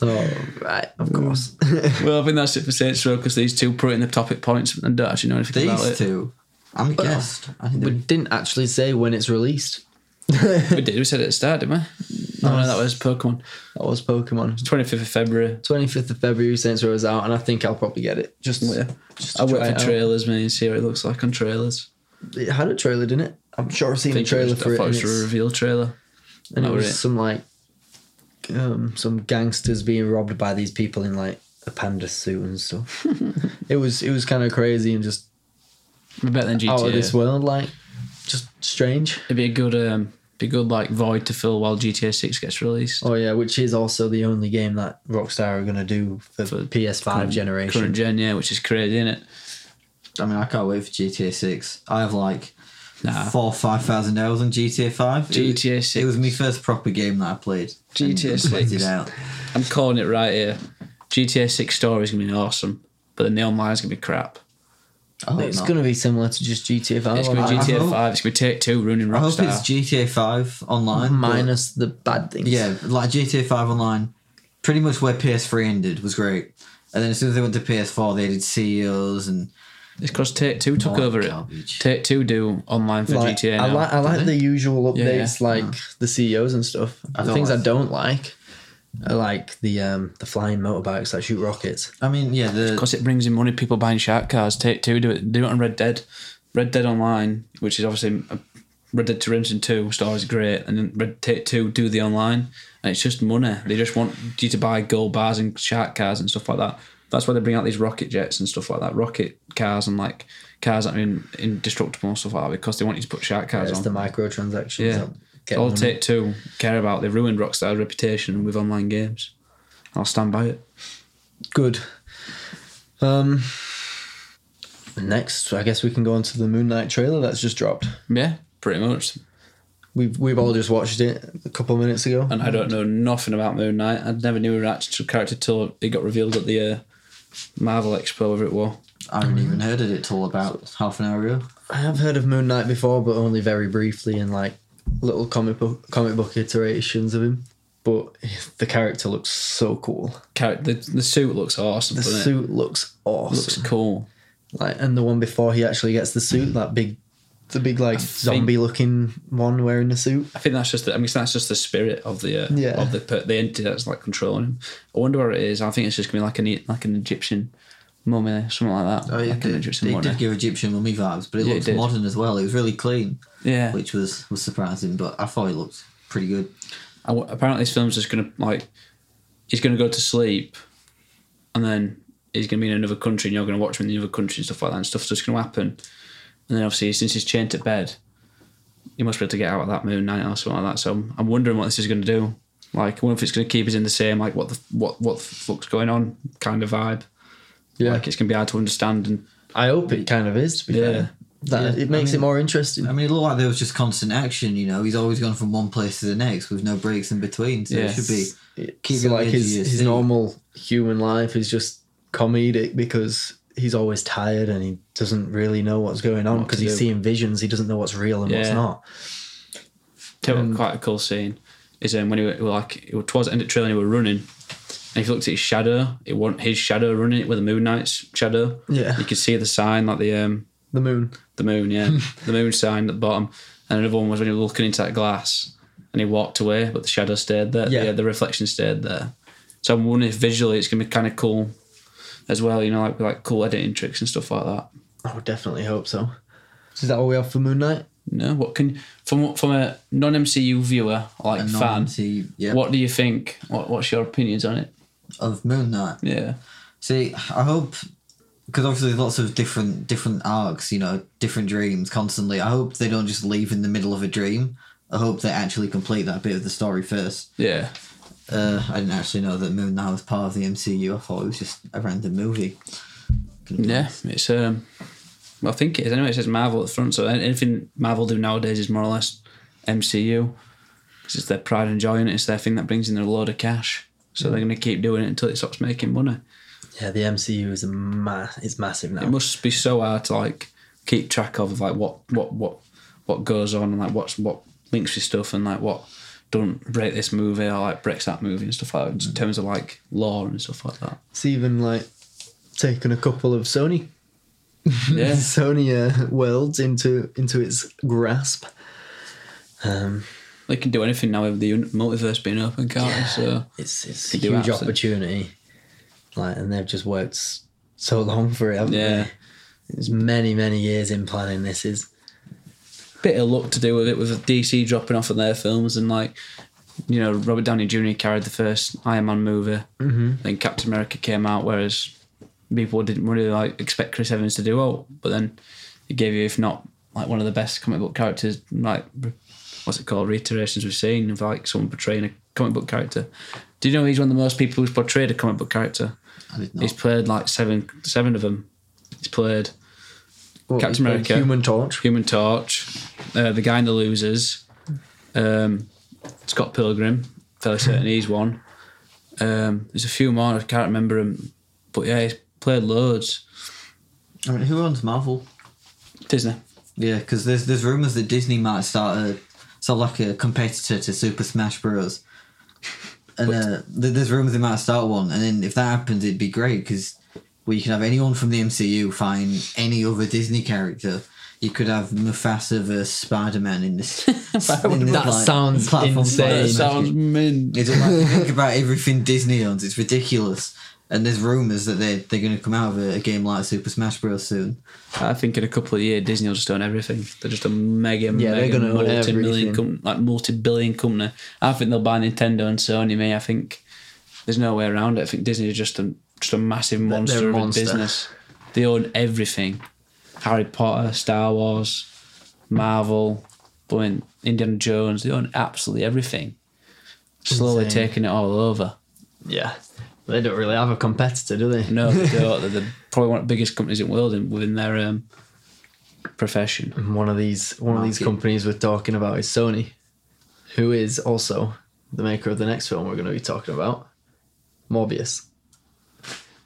C: Oh, right,
A: Hmm.
C: of course.
A: Well, I think that's it for Saints Row because these two put it in the topic points and don't actually know anything about it.
B: These two. I'm a guest. I didn't do
C: we didn't actually say when it's released.
A: We did. We said it at the start, didn't we? No, no, that was Pokemon.
C: that was Pokemon.
A: 25th of February.
C: 25th of February, Saints Row is out, and I think I'll probably get it. Just, just to
A: I wait
C: try
A: for
C: it out.
A: trailers, man, and see what it looks like on trailers.
C: It had a trailer, didn't it? I'm sure I've
A: I
C: seen a
A: think
C: trailer
A: it was,
C: for
A: I
C: it.
A: thought
C: And,
A: it was a
C: it's-
A: reveal trailer.
C: and it
A: that
C: was
A: was it.
C: some like um, some gangsters being robbed by these people in like a panda suit and stuff. it was it was kind of crazy and just
A: Better than GTA.
C: out of Oh, this world, like just strange.
A: It'd be a good, um, be a good like void to fill while GTA Six gets released.
C: Oh yeah, which is also the only game that Rockstar are gonna do for,
A: For
C: PS5
A: Current-
C: generation.
A: current gen, yeah, which is crazy, isn't it?
B: I mean, I can't wait for GTA Six. I have like
A: Nah.
B: four, five thousand hours on GTA Five.
A: GTA
B: It was- It was my first proper game that I played. and
A: GTA
B: played it
A: 6.
B: out.
A: I'm calling it right here. GTA Six story is gonna be awesome, but then the online's gonna be crap.
B: I hope
C: It's
B: not.
C: gonna be similar to just GTA 5.
A: It's gonna be
B: I- I
A: GTA
B: hope-
A: Five. It's gonna be Take Two ruining
B: I hope
A: Rockstar.
B: it's GTA Five online. Minus.
C: minus the bad things.
B: Yeah, like GTA Five Online, pretty much where PS3 ended was great, and then as soon as they went to PS4, they did CEOs and
A: It's because Take Two took
B: More
A: over it.
B: garbage.
A: Take Two do online for
C: Oh, Like,
A: GTA.
C: I,
A: Now.
C: li- I like the usual
A: Yeah, Mm. yeah.
C: updates, like the CEOs and stuff.
B: I
C: the
B: don't
C: things
B: like
C: I don't like are like the um, the flying motorbikes that shoot rockets.
B: I mean, yeah, the
A: because it brings in money. People buying shark cars. Take Two do it. Do it on Red Dead. Red Dead Online, which is obviously uh, Red Dead Redemption Two, Star is great, and then Red Take Two do the online, and it's just money. They just want you to buy gold bars and shark cars and stuff like that. That's why they bring out these rocket jets and stuff like that, rocket cars and like cars that are in, indestructible and stuff like that, because they want you to put shark cars
C: It's
A: on.
C: the microtransactions.
A: Yeah.
C: that get
A: All
C: money.
A: Take Two care about. They ruined Rockstar's reputation with online games. I'll stand by it.
C: Good. Um, next, I guess we can go on to the Moon Knight trailer that's just dropped.
A: Yeah, pretty much.
C: We've we've all just watched it a couple of minutes ago.
A: and I don't know nothing about Moon Knight. I never knew her actual character till it got revealed at the uh, Marvel Expo, whatever it was.
B: I haven't even heard of it till about half an hour ago.
C: I have heard of Moon Knight before, but only very briefly in like little comic book comic book iterations of him. But the character looks so cool.
A: Char- the, the suit looks awesome.
C: The
A: doesn't
C: suit looks
A: it? looks
C: awesome.
A: cool.
C: like, and the one before he actually gets the suit, that big, the big like zombie looking one wearing the suit.
A: I think that's just. The, I mean, that's just the spirit of the uh,
C: Yeah.
A: of the per- the entity that's like controlling him. I wonder where it is. I think it's just gonna be like an E- like an Egyptian mummy, something like that.
B: Oh, yeah,
A: like an
B: it, did,
A: Egyptian
B: it
A: mummy.
B: did give Egyptian mummy vibes, but it
A: Yeah, it
B: looked
A: did.
B: modern as well. It was really clean,
A: Yeah.
B: which was was surprising, but I thought it looked pretty good.
A: I w apparently, this film's just gonna like he's gonna go to sleep, and then he's gonna be in another country, and you're gonna watch him in another country and stuff like that, and stuff's just gonna happen. And then obviously, since he's chained to bed, he must be able to get out of that moon night or something like that. So I'm, I'm wondering what this is gonna do. Like, I wonder if it's gonna keep us in the same like what the what what the fuck's going on kind of vibe.
C: Yeah,
A: Like it's gonna be hard to understand. And
C: I hope it kind of is. To be
A: Yeah.
C: fair, that
B: Yeah,
C: it makes
B: I mean-
C: it more interesting.
B: I mean, it looked like there was just constant action. You know, he's always gone from one place to the next with no breaks in between. So
A: Yeah.
B: it should be.
C: it's
B: Keep it on
C: like
B: the edge of
C: his
B: your
C: his
B: seat.
C: normal human life is just comedic because he's always tired and he doesn't really know what's going on
A: What to
C: because he's
A: do.
C: seeing visions. He doesn't know what's real and what's
A: Yeah.
C: not.
A: Tell you what, quite a cool scene is um, when he were were like it was towards the end of the trailer and he were running. And if you looked at his shadow, it wasn't his shadow running, it was the Moon Knight's shadow.
C: Yeah.
A: You could see the sign, like the um
C: The moon.
A: the moon, yeah. the moon sign at the bottom. And another one was when he was looking into that glass and he walked away, but the shadow stayed there.
C: Yeah.
A: Yeah, the reflection stayed there. So I'm wondering if visually it's gonna be kinda cool as well, you know, like like cool editing tricks and stuff like that.
C: I would definitely hope so. So is that all we have for Moon Knight?
A: No, what can from what- from a non MCU viewer or like
B: a
A: fan
B: non-MCU yeah,
A: What do you think? What, what's your opinions on it?
B: of Moon Knight.
A: Yeah.
B: See, I hope because obviously there's lots of different different arcs, you know, different dreams constantly. I hope they don't just leave in the middle of a dream. I hope they actually complete that bit of the story first.
A: Yeah.
B: Uh, I didn't actually know that Moon Knight was part of the MCU. I thought it was just a random movie.
A: Yeah. It's um well, I think it is anyway, it says Marvel at the front, so an- anything Marvel do nowadays is more or less MCU. 'Cause It's their pride and joy and it's their thing that brings in a load of cash. So they're gonna keep doing it until it stops making money.
C: Yeah, the MCU is a ma- is massive now.
A: It must be so hard to like keep track of like what what what what goes on and like what's what links with stuff and like what don't break this movie or like breaks that movie and stuff like that in terms of like law and stuff like that.
C: it's even like taken a couple of Sony
A: Yeah.
C: Sony uh, worlds into into its grasp. Um,
A: They can do anything now with the un- multiverse being open, can't they? So
C: It's it's a
A: Could do
C: huge
A: absent.
C: opportunity. Like, and they've just worked s- so long for it, haven't
A: Yeah.
C: they? It's many, many years in planning this is.
A: bit of luck to do with it with DC dropping off on their films and like you know Robert Downey Jr. carried the first Iron Man movie, mm then Captain America came out, whereas people didn't really like expect Chris Evans to do well, but then it gave you if not like one of the best comic book characters like what's it called reiterations we've seen of like someone portraying a comic book character. Do you know he's one of the most people who's portrayed a comic book character?
B: I did
A: He's
B: not.
A: played like seven seven of them. He's played
C: What,
A: Captain
C: the
A: America.
C: Human Torch.
A: Human Torch, uh, the guy in the Losers, um, Scott Pilgrim, fairly certain he's one. Um, there's a few more I can't remember him, but yeah, he's played loads.
B: I mean, who owns Marvel?
A: Disney.
B: Yeah, because there's there's rumors that Disney might start a sort of like a competitor to Super Smash Bros. And uh, th- there's rumors they might start one, and then if that happens, it'd be great because well, you can have anyone from the MCU find any other Disney character. You could have Mufasa versus Spider Man in this. in this
C: That sounds insane.
A: That
C: Disney.
A: sounds mint.
B: It's like you think about everything Disney owns. It's ridiculous. And there's rumors that they they're going to come out of a, a game like Super Smash Bros. soon.
A: I think in a couple of years, Disney will just own everything. They're just a mega,
C: Yeah, they're
A: mega
C: gonna own
A: multi-million,
C: everything.
A: com- like multi-billion company. I think they'll buy Nintendo and Sony. Me, I think there's no way around it. I think Disney is just a just a massive
C: a
A: monster of a
C: monster.
A: business. They own everything: Harry Potter, Star Wars, Marvel, blowing Indiana Jones. They own absolutely everything. Slowly
C: Insane.
A: taking it all over.
C: Yeah. They don't really have a competitor, do they?
A: No, they don't. They're the, probably one of the biggest companies in the world in, within their um, profession.
C: And one of these one of these
B: Market.
C: companies we're talking about is Sony, who is also the maker of the next film we're going to be talking about, Morbius,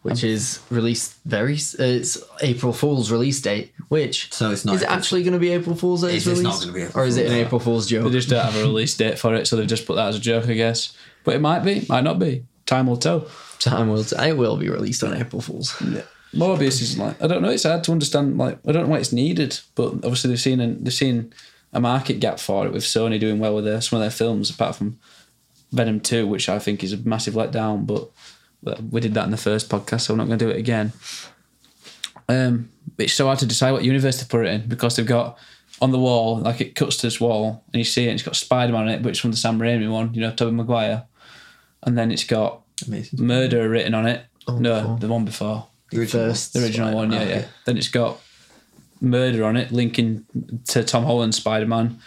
C: which is released very s- uh, it's April Fool's release date, which
B: So it's not
C: is it
B: April-
C: actually going to be April Fool's that
B: It
C: it's
B: is
C: released,
B: not gonna be April
C: or is it an
B: Fool's, no.
C: April Fool's
A: They
C: joke?
A: just don't have a release date for it, so they've just put that as a joke, I guess. But it might be, might not be. Time will tell.
C: Time will t- it will be released on April Fool's.
A: Morbius is like I don't know. It's hard to understand. Like I don't know why it's needed, but obviously they've seen an, they've seen a market gap for it with Sony doing well with their, some of their films, apart from Venom Two, which I think is a massive letdown. But but we did that in the first podcast, so I'm not going to do it again. Um, it's so hard to decide what universe to put it in because they've got on the wall, like it cuts to this wall, and you see it. And it's got Spider Man on it, but it's from the Sam Raimi one, you know, Tobey Maguire, and then it's got
B: Amazing.
A: Murder written on it.
C: Oh,
A: no,
C: before.
A: the one before.
B: The original
C: First,
A: The original one, yeah,
C: Spider-Man.
A: yeah. Then it's got murder on it, linking to Tom Holland Spider Man.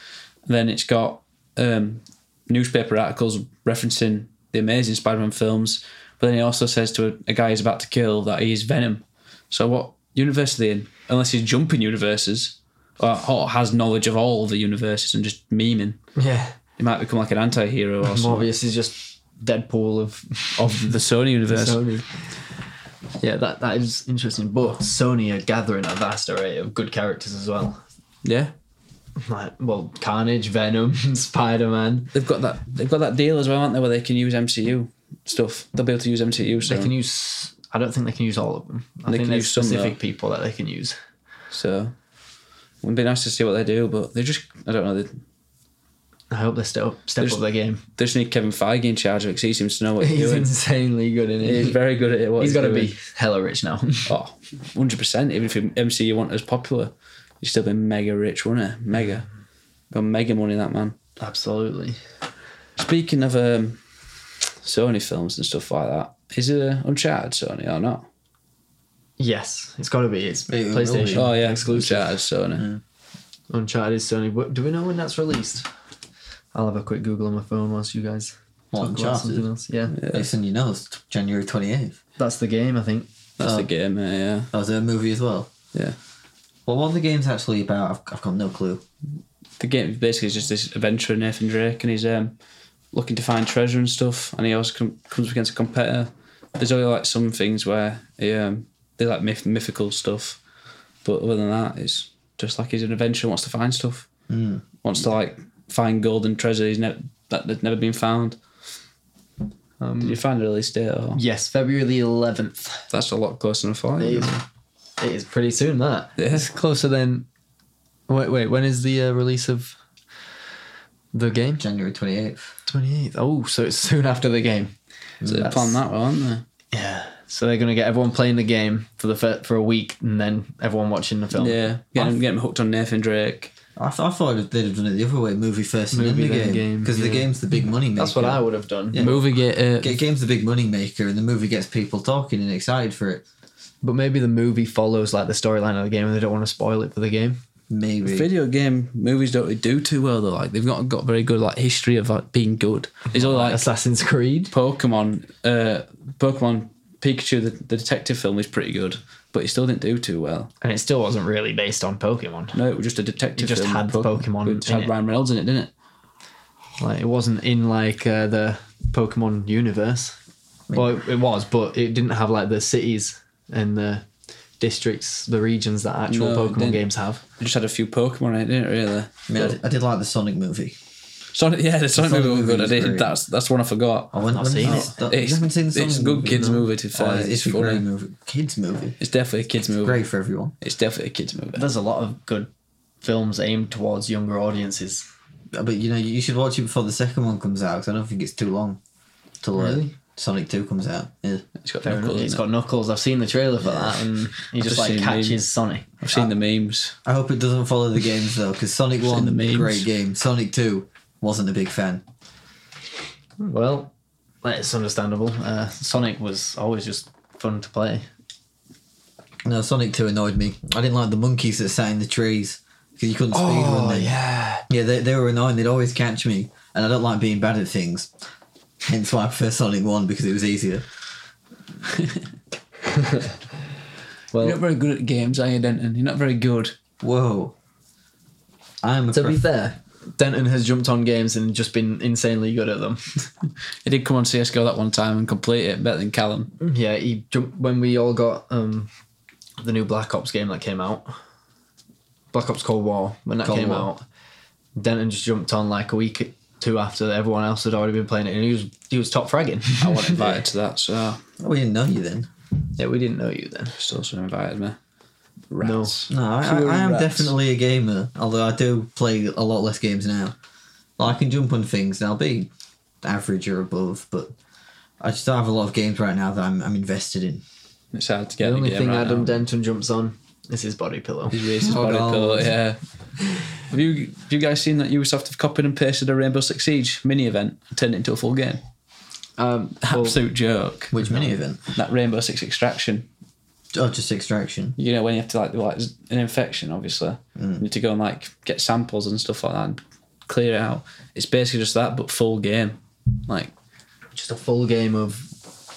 A: Then it's got um, newspaper articles referencing the Amazing Spider Man films. But then he also says to a, a guy he's about to kill that he is Venom. So what universe are they in? Unless he's jumping universes or, or has knowledge of all the universes and just memeing.
C: Yeah,
A: He might become like an anti hero or something
C: Morbius is just Deadpool of
A: of the Sony universe.
C: Sony. Yeah, that, that is interesting. But Sony are gathering a vast array of good characters as well.
A: Yeah.
C: Like, well, Carnage, Venom, Spider Man.
A: They've got that they've got that deal as well, aren't they, where they can use MCU stuff. They'll be able to use MCU so
C: They can use. I don't think they can use all of them. I
A: They
C: think
A: can
C: there's
A: use some,
C: specific
A: though.
C: people that they can use.
A: so it'd be nice to see what they do, but they just I don't know, they,
C: I hope they step up, step
A: There's-
C: up their game.
A: they just need Kevin Feige in charge of it 'cause he seems to know what he's,
C: He's
A: doing.
C: insanely good in
A: He's
C: it.
A: very good at it. What
C: He's got to
A: doing.
C: be hella rich now.
A: oh, 100 percent. Even if MCU weren't as popular, he'd still be mega rich, wouldn't he? Mega, got mega money that man.
C: Absolutely.
A: Speaking of um, Sony films and stuff like that, is uh, Uncharted Sony or not?
C: Yes, it's got to be. It's
B: It will
C: PlayStation
B: be.
A: Oh yeah,
C: exclusive.
A: Uncharted Sony.
C: Uncharted is Sony. What- Do we know when that's released? I'll have a quick Google on my phone whilst you guys
B: What,
C: talk about something
B: Uncharted?
C: else. Yeah.
A: Yeah.
B: It's in your nose, t- January 28th.
C: that's the game. I think
A: That's
B: Oh.
A: the game. Yeah, yeah,
B: That was a movie as well.
A: yeah.
B: Well, what are the game's actually about? I've, I've got no clue.
A: the game basically is just this adventure of Nathan Drake, and he's um, looking to find treasure and stuff. And he always com- comes against a competitor. There's only like some things where he, um, they like myth- mythical stuff, but other than that, it's just like he's an adventurer, wants to find stuff,
B: Mm.
A: wants to like find golden treasure he's never that that's never been found. Did you find a release date? Or?
C: yes, February the eleventh.
A: That's a lot closer than I thought.
C: It is. It is pretty soon. That
A: Yeah.
C: it's closer than. Wait, wait. When is the uh, release of The game?
B: January 28th.
C: 28th. Oh, so it's soon after the game.
A: So they
C: That's-
A: planned that one, aren't
C: Yeah. So they're going to get everyone playing the game for the fir- for a week and then everyone watching the film.
A: they? Yeah, get him, get him hooked on Nathan Drake.
B: I, th- I thought they'd have done it the other way movie first and
C: Movie,
B: then the
C: then
B: game.
C: game,
B: Because
C: yeah.
B: the game's the big money maker.
C: That's what I would have done.
A: Movie get uh,
B: Ga- Game's the big money maker, and the movie gets people talking and excited for it.
C: But maybe the movie follows like the storyline of the game and they don't want to spoil it for the game.
B: Maybe.
A: video game movies don't really do too well. Though, like they've not got very good like history of like being good. It's all like
C: Assassin's Creed.
A: Pokemon, uh, Pokemon Pikachu, the, the detective film is pretty good, but it still didn't do too well.
C: And it still wasn't really based on Pokemon.
A: No, it was just a detective.
C: It just
A: film
C: had
A: with
C: the Pokemon
A: It just
C: in
A: had
C: it.
A: Ryan Reynolds in it, didn't it?
C: Like it wasn't in like uh, the Pokemon universe. Well, it, it was, but it didn't have like the cities and the districts, the regions that actual
A: No, it
C: Pokemon
A: didn't.
C: games have.
A: It just had a few Pokemon in it, didn't it? Really.
B: I, mean, I, did, I did like the Sonic movie.
A: Sonic, yeah, the Sonic
B: Sonic
A: movie was good. I
B: movie is
A: did.
B: great.
A: That's that's one I forgot.
B: I went,
C: I've seen
B: oh,
C: it.
B: that-
A: It's-
B: you haven't seen the Sonic
A: it's a good kids'
B: no?
A: movie, to be fair.
B: Oh,
A: It's
B: it's a
A: funny.
B: great movie. Kids movie.
A: It's definitely a kids movie.
B: Great for everyone.
A: It's definitely a kids movie.
C: There's a lot of good films aimed towards younger audiences.
B: Uh, But you know, you should watch it before the second one comes out. Cause I don't think it's too long till uh,
C: Really?
B: Sonic Two comes out. Yeah.
A: It's got
C: Fair enough.
A: Knuckles in
C: It's
A: it.
C: got Knuckles. I've seen the trailer for that, and he
A: just
C: just like
A: seen
C: catches
A: memes.
C: Sonic.
A: I've seen the memes.
B: I hope it doesn't follow the games though, because Sonic One,
A: the memes.
B: great game. Sonic Two, wasn't a big fan.
C: Well, it's understandable. Uh, Sonic was always just fun to play.
B: No, Sonic Two annoyed me. I didn't like the monkeys that sat in the trees because you couldn't speed run them.
C: Oh, yeah.
B: Yeah, they, they were annoying. They'd always catch me, and I don't like being bad at things. Hence why I prefer Sonic One because it was easier.
C: Well,
A: You're not very good at games, are you, Denton? You're not very good.
B: Whoa. I am a
C: to be
B: prof-
C: fair, Denton has jumped on games and just been insanely good at them.
A: He did come on CS:GO that one time and complete it better than Callum.
C: yeah, he jumped when we all got um, the new Black Ops game that came out. Black Ops Cold War when that
B: Cold
C: came
B: War.
C: out. Denton just jumped on like a week two after everyone else had already been playing it, and he was he was top fragging.
A: I wasn't invited to that, so uh,
B: Oh, we didn't know you then.
C: yeah, we didn't know you then.
A: still should have invited me. Rats.
B: No, I, I,
A: Pure
B: I am
A: rats.
B: definitely a gamer, although I do play a lot less games now. Like, I can jump on things and I'll be average or above, but I just don't have a lot of games right now that I'm, I'm invested in.
A: It's hard to get
C: the
A: the
C: only
A: game
C: thing
A: right
C: Adam
A: now.
C: Denton jumps on is his body pillow.
A: He's racist
B: Oh,
A: body
B: God.
A: pillow, yeah. have you have you guys seen that Ubisoft have copied and pasted a Rainbow Six Siege mini event and turned it into a full game?
C: Um,
A: Absolute joke.
B: Which mini event?
A: That Rainbow Six extraction.
B: Oh, just Extraction.
A: You know when you have to like like an infection, obviously.
C: Mm.
A: You need to go and like get samples and stuff like that and clear it out. It's basically just that, but full game, like
C: just a full game of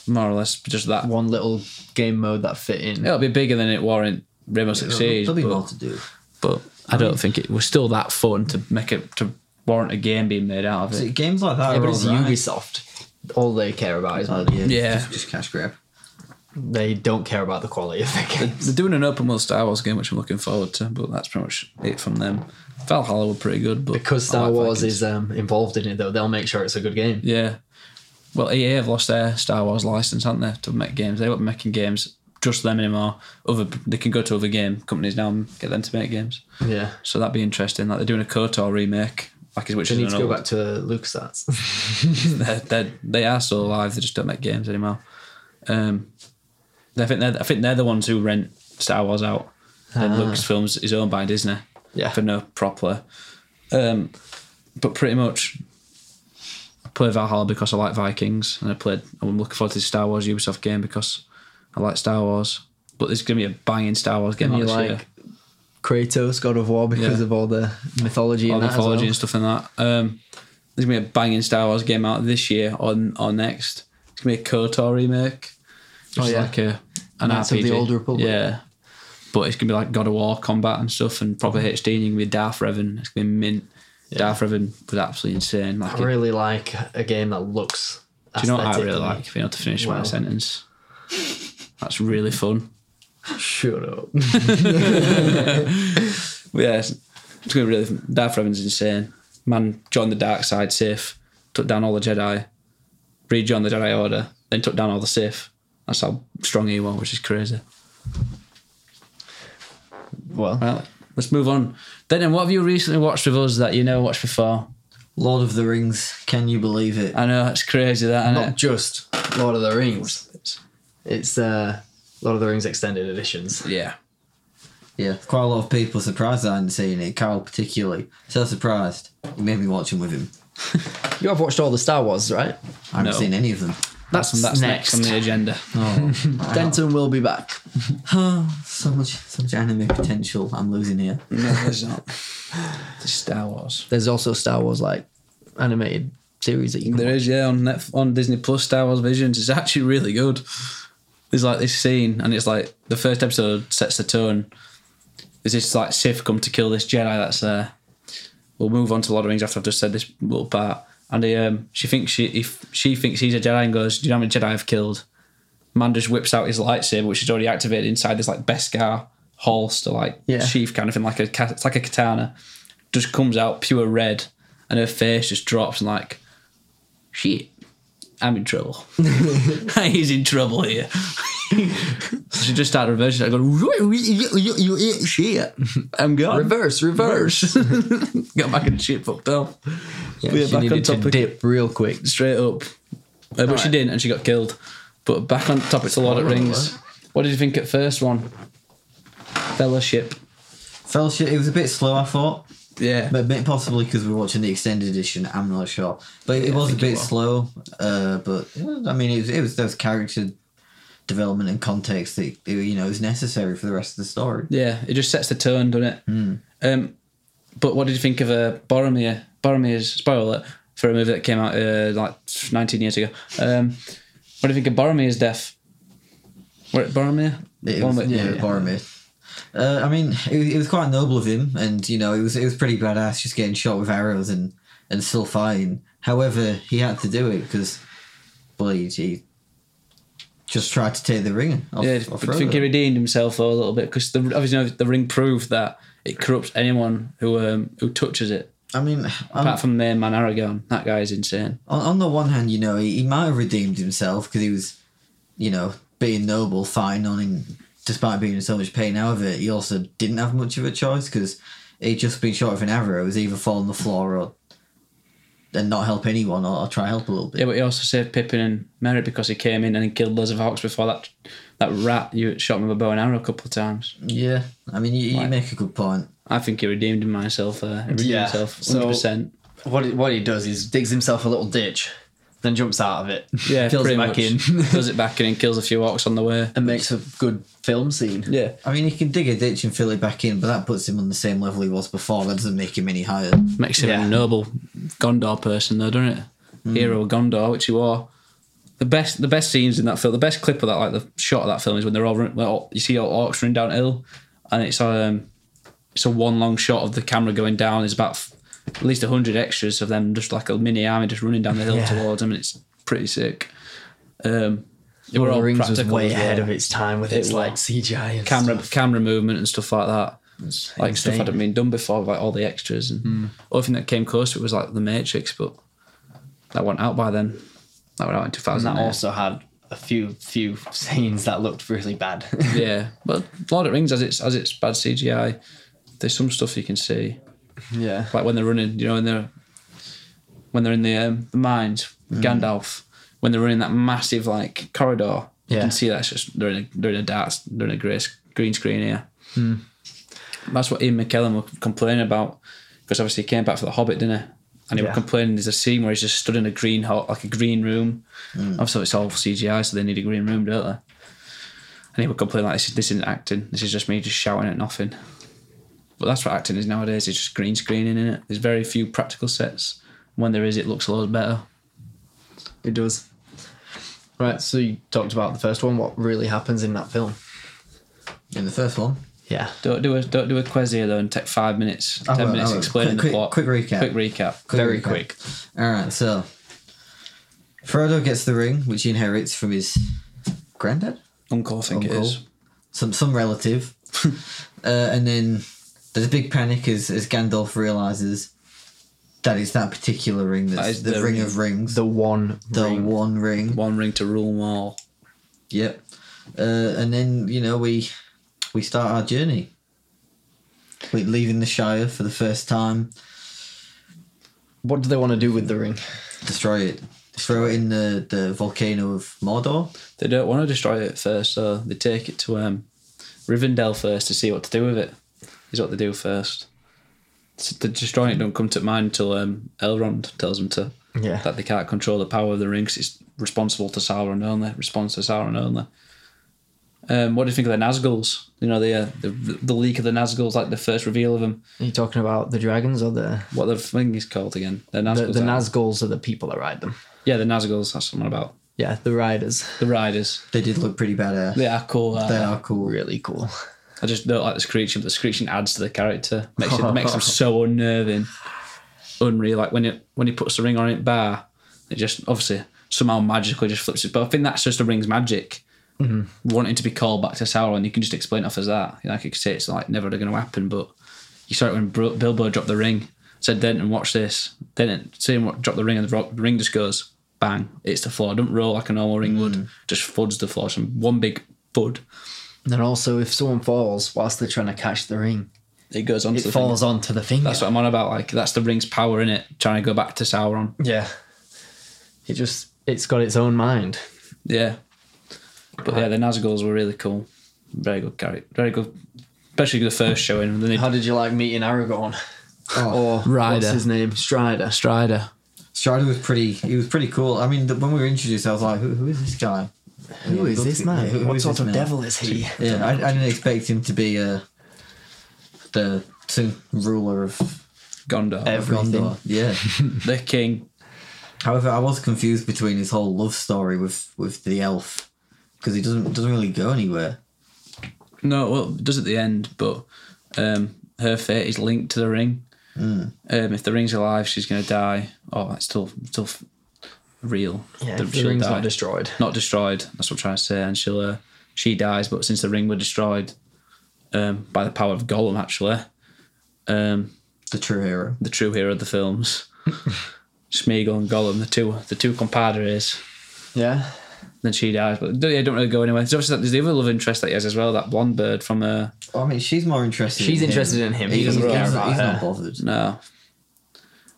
A: more or less just that.
C: one little game mode that fit in.
A: It'll be bigger than it warrant Rainbow Six Siege,
B: There'll be more
A: but,
B: to do.
A: but I don't think it was still that fun to make it to warrant a game being made out of
B: See,
A: it.
B: games like that
C: Yeah,
B: are
C: but
B: all
C: it's
B: right.
C: Ubisoft. All they care about is
A: Uh,
B: Oh,
C: money.
B: yeah,
A: Yeah.
B: Just, just cash grab.
C: They don't care about the quality of the game.
A: They're doing an open world Star Wars game, which I'm looking forward to, but that's pretty much it from them. Valhalla were pretty good, but
C: Because
A: I
C: Star
A: like
C: Wars
A: Vikings.
C: is um, involved in it, though, they'll make sure it's a good game.
A: yeah. Well, EA have lost their Star Wars license, haven't they, to make games? They won't be making games just them anymore. Other they can go to other game companies now and get them to make games.
C: Yeah.
A: So that'd be interesting. Like they're doing a KOTOR remake, like which
C: They
A: is
C: need to
A: an
C: go
A: old
C: back to LucasArts.
A: they're, they're, they are still alive. They just don't make games anymore. Um, I think they're I think they're the ones who rent Star Wars out. And Lucasfilms is owned by Disney.
C: Ah. Yeah.
A: for no proper. Um, but pretty much, I play Valhalla because I like Vikings, and I played. I'm looking forward to the Star Wars Ubisoft game because I like Star Wars. But there's gonna be a banging Star Wars game
C: and
A: out
C: you
A: this
C: like
A: year.
C: Kratos, God of War, because
A: Yeah.
C: of all the mythology
A: All
C: and that as well.
A: mythology and stuff like that. Um, there's gonna be a banging Star Wars game out this year or or next. It's gonna be a KOTOR remake. Which
C: Oh,
A: is
C: yeah.
A: like a an
C: Knights of
A: RPG.
C: the Old Republic.
A: Yeah. But it's gonna be like God of War combat and stuff and
C: Mm.
A: proper HD and you're gonna be Darth Revan. It's gonna be mint. Darth Revan was absolutely insane. Like
C: I really like a game that looks.
A: do you know what I really
C: aesthetically-
A: like? If you know to finish my
C: Wow.
A: sentence. That's really fun.
C: Shut up.
A: But yeah, it's, it's gonna be really fun. Darth Revan's insane. Man joined the dark side Sith, took down all the Jedi, rejoined the Jedi Order, then took down all the Sith. That's how strong he was, which is crazy.
C: well,
A: Right, let's move on. Then, what have you recently watched with us that you never watched before?
B: Lord of the Rings. Can you believe it?
A: I know that's crazy. That
C: Not
A: isn't
C: just Lord of the Rings. It's uh, Lord of the Rings extended editions.
A: it? Yeah.
B: Yeah, quite a lot of people surprised I hadn't seen it. Carl particularly, so surprised. He made me watch him with him.
C: You have watched all the Star Wars, right?
B: I haven't
A: No.
B: seen any of them.
A: That's, that's next. on the agenda.
B: Oh,
C: Denton will be back.
B: so much, so much anime potential. I'm losing here.
A: No, there's not. It's Star Wars.
C: There's also Star Wars like animated series that you can
A: There
C: watch.
A: is, yeah, on Netf- on Disney Plus, Star Wars Visions. It's actually really good. There's like this scene, and it's like the first episode sets the tone. There's this like Sith come to kill this Jedi that's there. We'll move on to Lord of the Rings after I've just said this little part. And he, um, she thinks she if she thinks he's a Jedi and goes, "Do you know how many Jedi I've killed?" Man just whips out his lightsaber, which is already activated inside this like Beskar holster, like
C: Yeah.
A: sheath kind of thing, like a ca- it's like a katana. Just comes out pure red, and her face just drops and like, shit, I'm in trouble. He's in trouble here. she just started reversing. I go, "You- you- you you eat shit. I'm gone.
C: Reverse, reverse.
A: Got back and shit fucked up.
C: yeah,
A: We're
C: she
A: back on
C: needed to
A: topic.
C: dip real quick.
A: Straight up. Uh, but she
C: Alright.
A: didn't and she got killed. But back on topic to Lord of the Rings. What did you think at first one? Fellowship.
B: Fellowship. It was a bit slow. I thought.
A: Yeah.
B: But may- possibly because we're watching the extended edition, I'm not sure. But it was a
A: think it
B: bit
A: was.
B: slow. Uh, but yeah, I mean, it was, it was those character development and context that it, you know is necessary for the rest of the story.
A: Yeah, it just sets the tone, doesn't it?
B: Hmm.
A: Um, but what did you think of uh, Boromir? Boromir's spoiler alert, for a movie that came out uh, like 19 years ago. Um, what do you think of Boromir's death? Were it Boromir?
B: It
A: One
B: was,
A: with-
B: yeah, Boromir. Uh, I mean, it, was- it was quite noble of him, and you know, it was it was pretty badass just getting shot with arrows and and still fighting. However, he had to do it because, well, he, he just tried to take the ring off.
A: Yeah,
B: off
A: but I think he
B: Frodo.
A: redeemed himself though a little bit because the, obviously you know, the ring proved that it corrupts anyone who um, who touches it.
B: I mean,
C: Um,
B: I'm-
A: Apart from the main man Aragon, that guy is insane.
B: On, on the one hand, you know, he, he might have redeemed himself because he was, you know, being noble, fighting on in, despite being in so much pain. However, he also didn't have much of a choice because he'd just been shot with an arrow. He was either fall on the floor or and not help anyone or, or try help a little bit.
A: Yeah, but he also saved Pippin and Merry because he came in and he killed loads of hawks before that that rat you shot him with a bow and arrow a couple of times.
B: Yeah, I mean, you, you
A: Right.
B: make a good point.
A: I think he redeemed himself. Uh, he redeemed
C: Yeah,
A: himself
C: so-
A: 100%.
C: What he, what he does is digs himself a little ditch, then jumps out of it.
A: yeah,
C: fills
A: pretty
C: it back
A: much.
C: in,
A: does it back in and kills a few orcs on the way.
C: and makes a good film scene.
A: Yeah.
B: I mean, he can dig a ditch and fill it back in, but that puts him on the same level he was before. That doesn't make him any higher.
A: Makes him
C: Yeah. Hmm.
A: a noble Gondor person, though, doesn't it? Hero of Gondor, which he wore. The best, the best scenes in that film, the best clip of that, like the shot of that film, is when they're all, run, well, you see all orcs running downhill, and it's um, it's a one long shot of the camera going down. There's about f- at least hundred extras of them, just like a mini army, just running down the hill
C: Yeah.
A: towards them, and it's pretty sick. Um, they
C: Lord
A: were
C: of
A: all
C: the Rings was
A: practical
C: way
A: as well.
C: ahead of its time with its
A: was.
C: like CGI and
A: camera
C: stuff.
A: camera movement and stuff like that. like stuff
C: insane. Hmm.
A: hadn't been done before, like all the extras and other thing that came close to it was like The Matrix, but that went out by then. That went out in two
C: And
A: thousand.
C: that also had a few few scenes that looked really bad.
A: yeah, but Lord of the Rings has its has its bad CGI. There's some stuff you can see,
C: yeah.
A: like when they're running, you know, when they're when they're in the um, the mines,
C: Hmm.
A: with Gandalf, when they're running that massive like corridor, you
C: Yeah.
A: can see that's just they're in a they're in a dark they're in a grey sc- green screen here. That's what Ian McKellen was complaining about because obviously he came back for the Hobbit dinner. And he
C: Yeah.
A: was complaining there's a scene where he's just stood in a green hot like a green room.
B: Mm.
A: Obviously it's all CGI, so they need a green room, don't they? And he would complain like this, is- this isn't acting. This is just me just shouting at nothing. But that's what acting is nowadays. It's just green screening in it. There's very few practical sets. When there is, it looks a lot better.
C: It does. Right, so you talked about the first one. What really happens in that film?
B: In the first one,
C: Yeah.
A: Don't do a don't do a quiz here though and take five minutes,
B: I
A: ten
B: won't, I
A: minutes
B: won't.
A: explaining
B: Quick-
A: the plot.
B: quick recap.
A: Quick recap.
B: Quick
A: very
B: recap.
A: quick.
B: All right, so Frodo gets the ring, which he inherits from his granddad,
A: Uncle, I think it
B: Uncle.
A: is.
B: some some relative, uh, and then there's a big panic as, as Gandalf realizes that it's that particular ring that's
A: That is
B: the,
A: the
B: ring
A: ring.
B: of rings, the,
C: The one ring.
B: one ring.
A: One ring to rule them all.
B: Yep, uh, and then you know we we start our journey. We leaving the Shire for the first time.
C: What do they want to do with the ring?
B: Destroy it. Throw it in the, the volcano of Mordor.
A: They don't want to destroy it first, so they take it to um, Rivendell first to see what to do with it. Is what they do first. So the destroying it don't come to mind until um, Elrond tells them to.
C: Yeah.
A: That they can't control the power of the ring 'cause it's responsible to Sauron only. Response to Sauron only. Um, what do you think of the Nazguls? You know the, uh, the the leak of the Nazguls, like the first reveal of them.
C: Are you talking about the dragons or the
A: What the thing is called again? The
C: the,
A: Nazguls.
C: the
A: aren't-
C: Nazguls are the people that ride them?
A: yeah, the Nazguls. That's something about
C: Yeah, the riders.
A: the riders.
B: They did look pretty badass.
A: They are cool. aren't
B: They
A: they?
B: are cool.
C: Really cool.
A: I just don't like the screeching, but the screeching adds to the character. Makes it makes him so unnerving, unreal. Like when it when he puts the ring on it, bar, it just obviously somehow magically just flips it. But I think that's just the ring's magic.
C: Mm-hmm.
A: Wanting to be called back to Sauron, you can just explain it off as that. Like you could say it's like never going to happen, but you saw it when Bro- Bilbo dropped the ring. Said Denton, watch this. Denton, see him drop the ring, and the, rock, the ring just goes bang. It's the floor. Don't roll like a normal ring
C: Mm.
A: would. Just thuds the floor. Some one big thud.
C: Then also, if someone falls whilst they're trying to catch the ring,
A: It goes onto
C: it
A: the thing.
C: falls onto the finger.
A: That's what I'm on about. Like that's the ring's power in it. Trying to go back to Sauron.
C: yeah. It just it's got its own mind.
A: Yeah, but yeah, the Nazguls were really cool. Very good character. Very good, especially the first showing. and Then they
C: How did you like meeting Aragorn?
B: Oh,
C: Or
A: Rider.
C: what's his name? Strider.
A: Strider.
B: Strider was pretty. He was pretty cool. I mean, the, when we were introduced, I was like, "Who, who is this guy?
C: Who is this man?
B: Who- who
C: what
B: is
C: sort
B: this
C: of
B: man?
C: devil is he?
B: Yeah, I, I didn't expect him to be uh, the soon ruler of
A: Gondor,
C: Ev- Everything.
B: Gondor. Yeah.
A: the king.
B: However, I was confused between his whole love story with with the elf because he doesn't doesn't really go anywhere.
A: No, well, it does at the end, but um, her fate is linked to the ring.
C: Hmm.
A: Um, if the ring's alive, she's gonna die. Oh, it's still still f- real.
C: Yeah,
A: The-
C: if the
A: she'll
C: ring's
A: die.
C: not destroyed.
A: not destroyed. That's what I'm trying to say. And she'll uh, she dies, but since the ring were destroyed um, by the power of Gollum, actually, um,
B: The true hero.
A: the true hero of the films, Smeagol and Gollum, the two the two compadres.
C: Yeah.
A: Then she dies, but they don't really go anywhere. There's obviously there's the other love interest that he has as well, that blonde bird from uh,
B: I mean, she's more interested.
C: She's
B: in
C: interested
B: him.
C: in him. He doesn't
B: he's,
C: care
B: he's,
C: about
B: he's
C: her.
B: not bothered.
A: no,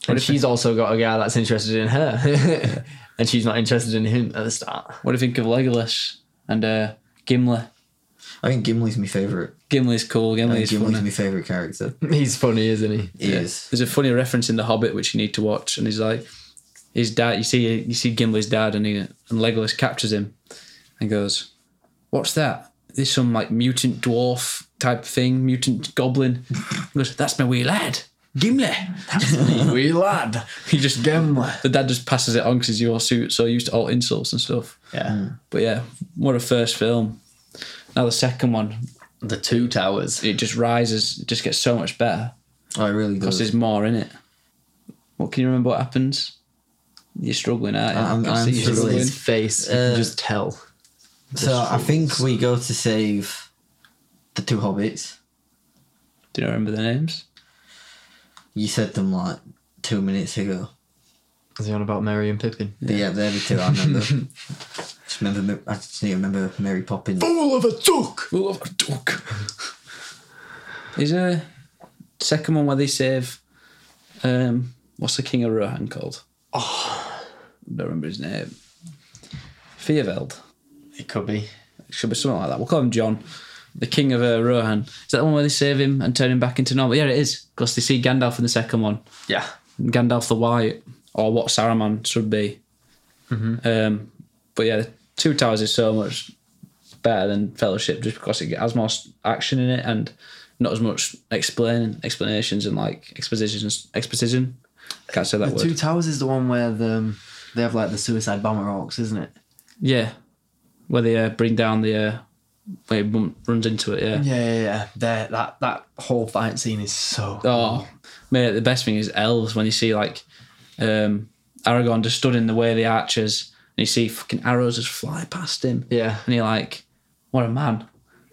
C: And
A: if it-
C: she's also got a guy that's interested in her. and she's not interested in him at the start.
A: What do you think of Legolas and uh, Gimli?
B: I think Gimli's my favorite.
A: Gimli's cool.
B: I
A: Gimli's
B: think
A: funny.
B: Gimli's my favorite character.
C: He's funny, isn't he?
B: He is.
A: There's a funny reference in The Hobbit which you need to watch, and he's like, his dad. You see, you see Gimli's dad, and he and Legolas captures him, and goes, "What's that? There's some like mutant dwarf type thing, mutant goblin." He goes, "That's my wee lad, Gimli."
C: Wee lad.
A: He just
C: Gimli.
A: the dad just passes it on because he's all su- so used to all insults and stuff.
C: Yeah.
A: But yeah, what a first film. Now the second one,
C: The two towers.
A: it just rises, it just gets so much better.
B: I really
A: Because
B: does.
A: there's more in it. What can you remember what happens? You're struggling, aren't you?
B: I'm-
A: I can
B: I'm
A: see you
B: struggling.
A: struggling.
C: His face, you
B: Uh,
C: can just tell.
B: So I think we go to save the two hobbits.
A: Do you not remember the names?
B: You said them like two minutes ago.
C: Is he on about Mary and Pippin?
B: But yeah, they're the two I remember. just remember, Ma- I just need to remember Mary Poppins.
C: Fool of a duck!
A: Well, of a duck. Is a second one where they save. Um, what's the king of Rohan called? Oh, don't remember his name. Fearveld.
C: It could be.
A: It should be something like that. We'll call him John, the king of uh, Rohan. Is that the one where they save him and turn him back into normal? Yeah, it is. Because they see Gandalf in the second one.
C: Yeah.
A: Gandalf the White, or what Saruman should be.
C: Mm-hmm.
A: Um, but yeah, Two Towers is so much better than Fellowship just because it has more s- action in it and not as much explain explanations and like expositions exposition. Can't say that
C: the
A: word.
C: two towers is the one where the, um, they have like the suicide bomber orcs, isn't it?
A: yeah, where they uh, bring down the uh, where he bump, runs into it. Yeah.
C: Yeah, yeah, yeah. There, that that whole fight scene is so.
A: Oh, mate, the best thing is elves when you see like um, Aragorn just stood in the way of the archers and you see fucking arrows just fly past him.
C: Yeah.
A: and you're like, what a man.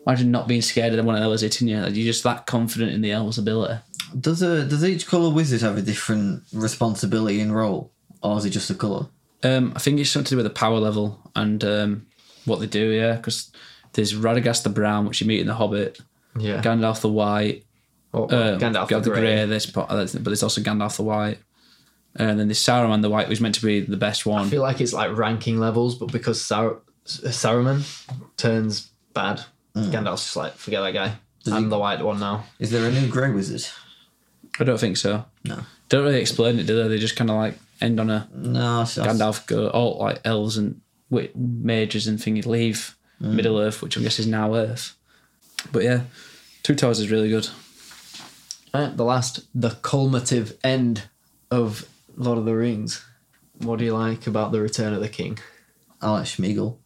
A: Imagine not being scared of the one of those hitting you. Like, you're just that confident in the elves' ability.
B: Does a does each color wizard have a different responsibility and role, or is it just a color?
A: Um, I think it's something to do with the power level and um, what they do, yeah. Because there's Radagast the Brown, which you meet in The Hobbit,
C: Yeah.
A: Gandalf the White,
C: Or- or
A: uh,
C: oh, Gandalf the Grey.
A: Grey, this part, but there's also Gandalf the White. and then the Saruman the White was meant to be the best
C: I
A: one.
C: feel like it's like ranking levels, but because Sar- Saruman turns bad, Gandalf's just like, forget that guy.
B: Does
C: I'm
B: he-
C: the white one now.
B: Is there a new Grey Wizard?
A: I don't think so.
B: No.
A: Don't really explain it, do they? They just kind of like end on a
B: No, so
A: Gandalf go all like elves and wi- mages and thingy leave
C: Mm.
A: Middle Earth, which I guess is now Earth. But yeah, Two Towers is really good.
C: Right, Uh, the last, the culminative end of Lord of the Rings. What do you like about the Return of the King?
B: I like Schmeagle.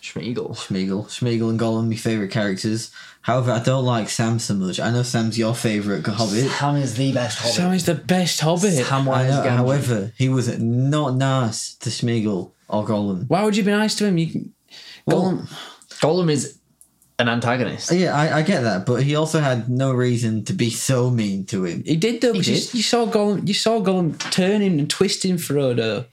C: Schmeagle.
B: Schmeagle. Schmeagle and Gollum, my favourite characters. However, I don't like Sam so much. I know Sam's your favourite hobbit.
C: Sam is the best
A: Sam is the best Hobbit.
B: I
C: Samwise
B: know,
C: Gamgee.
B: however, he was not nice to Schmeagle or Gollum.
A: Why would you be nice to him? You can...
B: Well-
A: Gollum.
C: Gollum is an antagonist.
B: Yeah, I, I get that, but he also had no reason to be so mean to him.
A: He did though.
C: He
A: 'cause you-
C: did.
A: You, saw Gollum. You saw Gollum turning and twisting Frodo.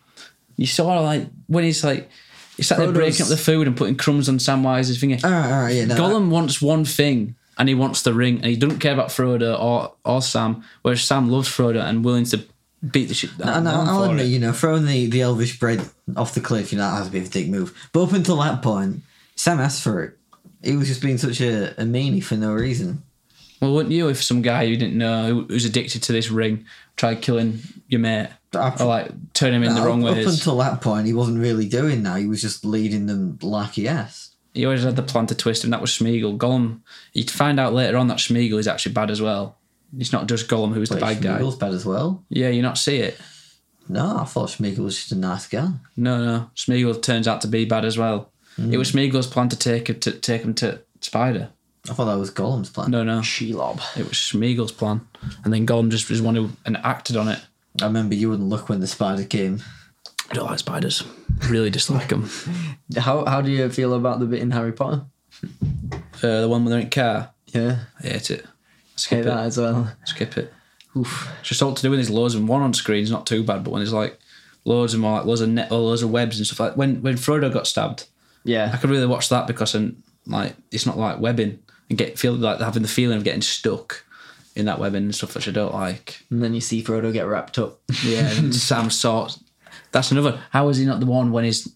A: You saw like when he's like, he's like breaking up
C: Frodo's-
A: the food and putting crumbs on Samwise's finger.
B: All right, all right, yeah. No,
A: Gollum wants one thing, and he wants the ring, and he doesn't care about Frodo or or Sam. Whereas Sam loves Frodo and willing to beat the shit.
B: I, and I'll, I'll
A: for
B: admit,
A: it.
B: you know, throwing the, the elvish bread off the cliff, you know, that has to be a dick move. But up until that point, Sam asked for it. He was just being such a, a meanie for no reason.
A: Well, wouldn't you if some guy you didn't know who- who's addicted to this ring tried killing your mate
B: But up-
A: or like turn him in Oh, the
B: up-
A: wrong
B: up,
A: ways?
B: until that point, he wasn't really doing that. He was just leading them like he asked.
A: he always had the plan to twist him. That was Smeagol. Gollum. You'd find out later on that Smeagol is actually bad as well. It's not just Gollum who's the
B: But
A: bad guy.
B: Schmeagle's bad as well.
A: Yeah, you not see it.
B: No, I thought Schmeagle was just a nice guy.
A: No, no. Smeagol turns out to be bad as well. It
B: Hmm.
A: was Smeagol's plan to take him to take him to Spider.
B: I thought that was Gollum's plan.
A: No, no.
C: Shelob.
A: It was Smeagol's plan, and then Gollum just was one who and acted on it.
B: I remember you wouldn't look when the spider came.
A: I don't like spiders. Really dislike them.
C: How, how do you feel about the bit in Harry Potter?
A: Uh, the one with the car.
C: Yeah,
A: I hate it. Skip
C: hate that
A: it.
C: as well.
A: Skip it.
C: Oof.
A: It's just all to do with there's loads and one on screen is not too bad, but when there's like loads and more like loads of net or loads of webs and stuff like when when Frodo got stabbed, I
C: Yeah.
A: could really watch that because and like it's not like webbing and get feel like having the feeling of getting stuck in that webbing and stuff which I don't like.
C: And then you see Frodo get wrapped up.
A: Yeah, and Sam sort that's another how is he not the one when he's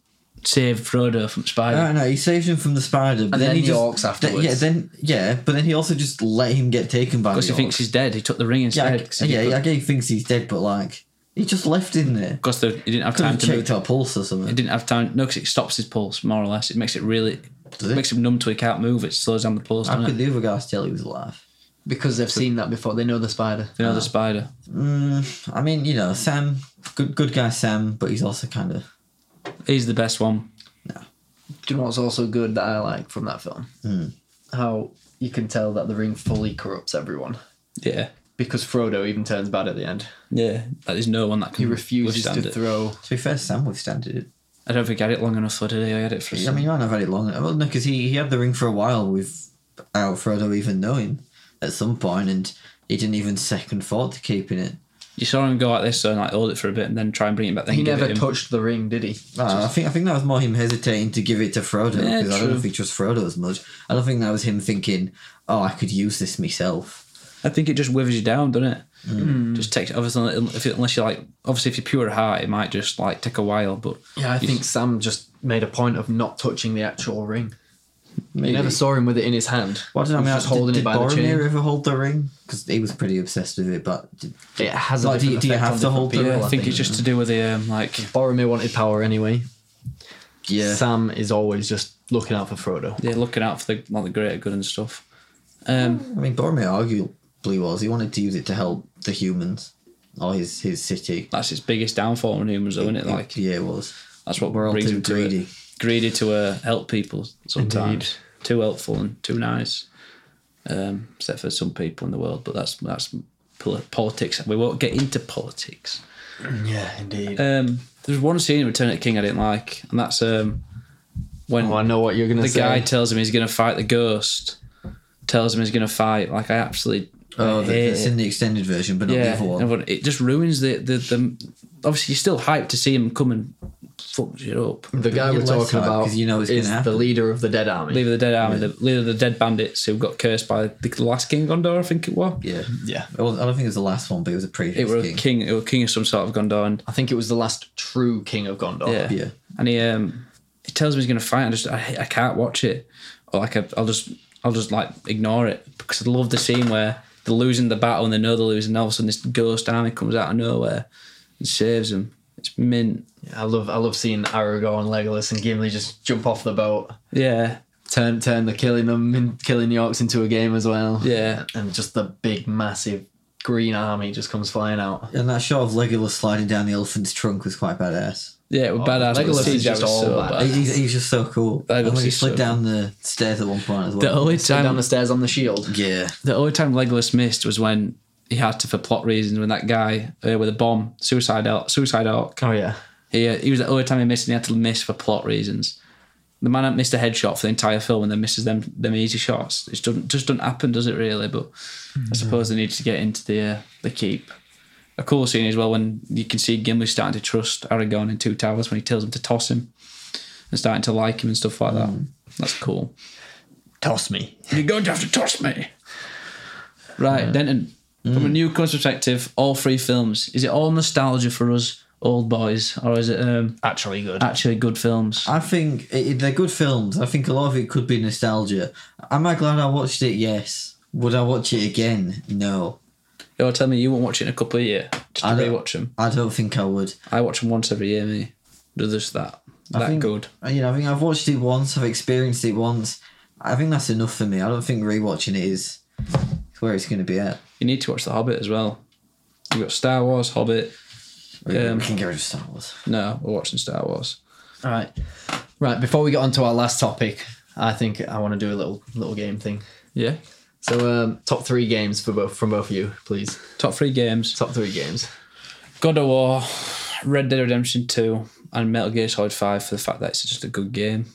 A: saved Frodo from Spider?
B: No, no, he saves him from the spider, but
C: And
B: then,
C: then
B: he
C: the
B: just
C: orcs afterwards.
B: yeah, then yeah, but then he also just let him get taken by
A: because
B: the
A: he thinks
B: orcs.
A: he's dead. He took the ring
B: Yeah, I,
A: instead. 'cause he
B: yeah,
A: didn't-
B: yeah, I get he thinks he's dead, but like he just left him there.
A: 'cause the- he didn't have
B: Could
A: time
B: have
A: to move.
B: checked our pulse or something.
A: It didn't have time. No, because it stops his pulse more or less. It makes it really
B: Does it?
A: makes him numb to he can't move. It slows down the pulse.
B: How
A: doesn't
B: could
A: it?
B: the other guys tell he was alive?
C: Because they've seen that before. They know the spider.
A: You know the spider.
B: Mm, I mean, you know, Sam, good good guy Sam, but he's also kind of
A: He's the best one.
C: Do you know what's also good that I like from that film? How you can tell that the ring fully corrupts everyone.
A: Yeah,
C: Because Frodo even turns bad at the end.
A: yeah. That is no one that can.
C: He refuses
A: withstand
C: to
A: it.
C: throw.
B: to be fair. Sam withstanded it.
A: I don't think I had it long enough though. Did he? I had it for.
B: I
A: some-
B: mean, he might not have had it long. Well, no, because he, he had the ring for a while without Frodo even knowing at some point, and he didn't even second thought to keeping it.
A: you saw him go like this though, and like hold it for a bit, and then try and bring it back. Then
C: He
A: give it
C: never
A: him.
C: touched the ring, did he?
B: Ah, I think I think that was more him hesitating to give it to Frodo
A: Yeah,
B: because I don't know
A: true.
B: if he trusts Frodo as much. I don't think that was him thinking, "Oh, I could use this myself."
A: I think it just withers you down, doesn't it? Just takes obviously if you unless you like obviously if you're pure at heart, it might just like take a while. But
C: Yeah, I think Sam just made a point of not touching the actual ring.
B: Maybe.
C: You never saw him with it in his hand.
B: What did I
C: He was
B: mean?
C: Just
B: did-
C: holding
B: did,
C: it by the
B: Boromir
C: chain.
B: ever hold the ring? Because he was pretty obsessed with it. But did,
C: It has a
B: Like, do you-
C: different
B: do you
C: effect
B: have
C: on
B: to
C: different
B: hold the
C: people,
B: ring?
A: yeah, I think it's just to do with the um, like
C: Boromir wanted power anyway.
B: yeah,
C: Sam is always just looking out for Frodo.
A: they're looking out for the like the greater good and stuff. Um,
B: I mean Boromir arguably was. He wanted to use it to help the humans or his his city.
A: that's its biggest downfall in humans, though, isn't it? Like
B: yeah, it was.
A: That's what
B: We're all
A: brings
B: too
A: him to
B: greedy.
A: it. Greedy to uh, help people sometimes. Too helpful and too nice. Um, except for some people in the world, but that's that's pol- politics. We won't get into politics.
C: Yeah, indeed.
A: Um, there's one scene in Return of the King I didn't like, and that's um, when
C: Oh, I know what you're gonna
A: the
C: say.
A: guy tells him he's going to fight the ghost. Tells him he's going to fight. Like I absolutely.
B: Oh,
A: I
B: the,
A: hate
B: it's
A: it.
B: in the extended version, but not
A: Yeah,
B: the other one.
A: everyone- it just ruins the, the the. Obviously, you're still hyped to see him come and fuck shit up.
C: The
B: Yeah,
C: guy we're
B: less
C: talking
B: hard,
C: about
B: 'cause you know
C: is
B: it's gonna
C: the
B: happen.
C: leader of the Dead Army.
A: Leader of the Dead Army, the leader of the Dead Bandits, who got cursed by the last King Gondor, I think it was.
B: Yeah.
C: Yeah.
B: Well, I don't think it was the last one, but it was a previous
A: It was a
B: king.
A: king. It was king of some sort of Gondor, and
C: I think it was the last true King of Gondor.
A: yeah,
B: Yeah.
A: And he um, he tells me he's gonna fight. I just I, I can't watch it. Or like I, I'll just I'll just like ignore it because I love the scene where they're losing the battle and they know they're losing. And all of a sudden, this ghost army comes out of nowhere and saves them. It's mint.
C: I love I love seeing Aragorn, Legolas, and Gimli just jump off the boat,
A: Yeah,
C: turn turn the killing them and killing the orcs into a game as well.
A: Yeah.
C: and just the big massive green army just comes flying out.
B: And that shot of Legolas sliding down the elephant's trunk was quite badass.
A: yeah, it was
C: Oh,
A: badass. but
C: Legolas
A: the
C: is
A: CGI
C: just
A: was
C: all
A: so
C: bad.
A: bad.
B: He- He's, he's just so cool.
A: Legolas
B: and when he
A: is
B: slid
A: so-
B: down the stairs at one point as
A: The
B: well.
A: only
C: Slid down
A: time
C: the stairs on the shield.
B: yeah.
A: the only time Legolas missed was when he had to for plot reasons when that guy uh, with a bomb suicide orc, suicide orc
C: Oh yeah,
A: He, he was the only time he missed, and he had to miss for plot reasons. The man that missed a headshot for the entire film and then misses them them easy shots. It doesn't just doesn't happen, does it? Really, but
C: Mm-hmm.
A: I suppose they needed to get into the uh, the keep. A cool scene as well when you can see Gimli starting to trust Aragorn in Two Towers when he tells him to toss him and starting to like him and stuff like that.
C: Mm.
A: That's cool.
C: toss me.
A: You're going to have to toss me. Right, Denton. From a
B: Mm.
A: newcomer's perspective, all three films. Is it all nostalgia for us old boys, or is it um,
C: Actually good.
A: actually good films?
B: I think it, it- they're good films. I think a lot of it could be nostalgia. Am I glad I watched it? Yes. Would I watch it again? No.
A: Yo, tell me you won't watch it in a couple of years. Just
B: I
A: to
B: don't-
A: rewatch them.
B: I don't think I would.
A: I watch them once every year, me. Do this that. That
B: think-
A: good.
B: Uh, You know, I think I've watched it once. I've experienced it once. I think that's enough for me. I don't think rewatching it is where it's going to be at.
A: You need to watch The Hobbit as well. You've got Star Wars, Hobbit.
B: We,
A: Um,
B: we can get rid of Star Wars.
A: No, we're watching Star Wars.
C: All right, right. Before we get on to our last topic, I think I want to do a little little game thing.
A: Yeah.
C: So um, top three games for both from both of you, please.
A: Top three games
C: Top three games.
A: God of War, Red Dead Redemption 2, and Metal Gear Solid 5 for the fact that it's just a good game.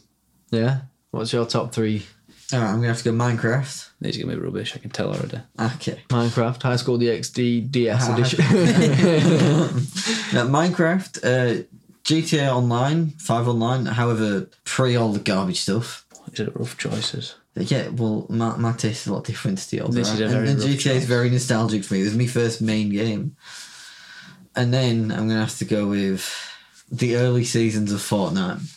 C: Yeah. What's your top three?
B: All right, I'm going to have to go Minecraft.
A: These are going to be rubbish, I can tell already.
B: Okay.
C: Minecraft, High School DxD, DS
B: Ah.
C: edition.
B: Now, Minecraft, uh, GTA Online, 5 Online, however, pre all the garbage stuff.
A: These are rough choices.
B: Yeah, well, my, my taste is a lot different to yours.
A: This
B: alright?
A: is a very
B: and, and
A: rough
B: GTA
A: choice.
B: is very nostalgic for me. It was my first main game. And then I'm going to have to go with the early seasons of Fortnite.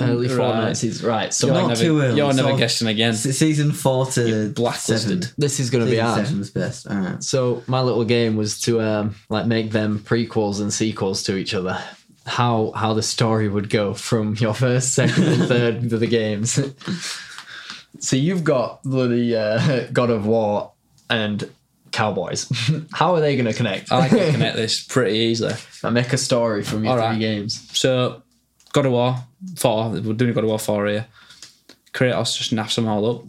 C: Early
A: Right.
C: Fortnite is right. So
B: You're
A: You're
B: not
A: never,
B: too early,
A: You're never
B: so-
A: guessing again.
B: Se- season
A: You're
B: 4 to
A: blacklisted.
B: 7.
C: this is going to be
B: Season
C: hard.
B: seven was best. All right.
C: So my little game was to um, like make them prequels and sequels to each other. How how the story would go from your first, second, and third of the games. so you've got bloody uh, God of War and Cowboys. how are they going to connect?
A: I can connect this pretty easily.
C: I make a story from your
A: All
C: three
A: right.
C: games.
A: So, God of War 4, we're doing God of War 4 here. Kratos just naps them all up.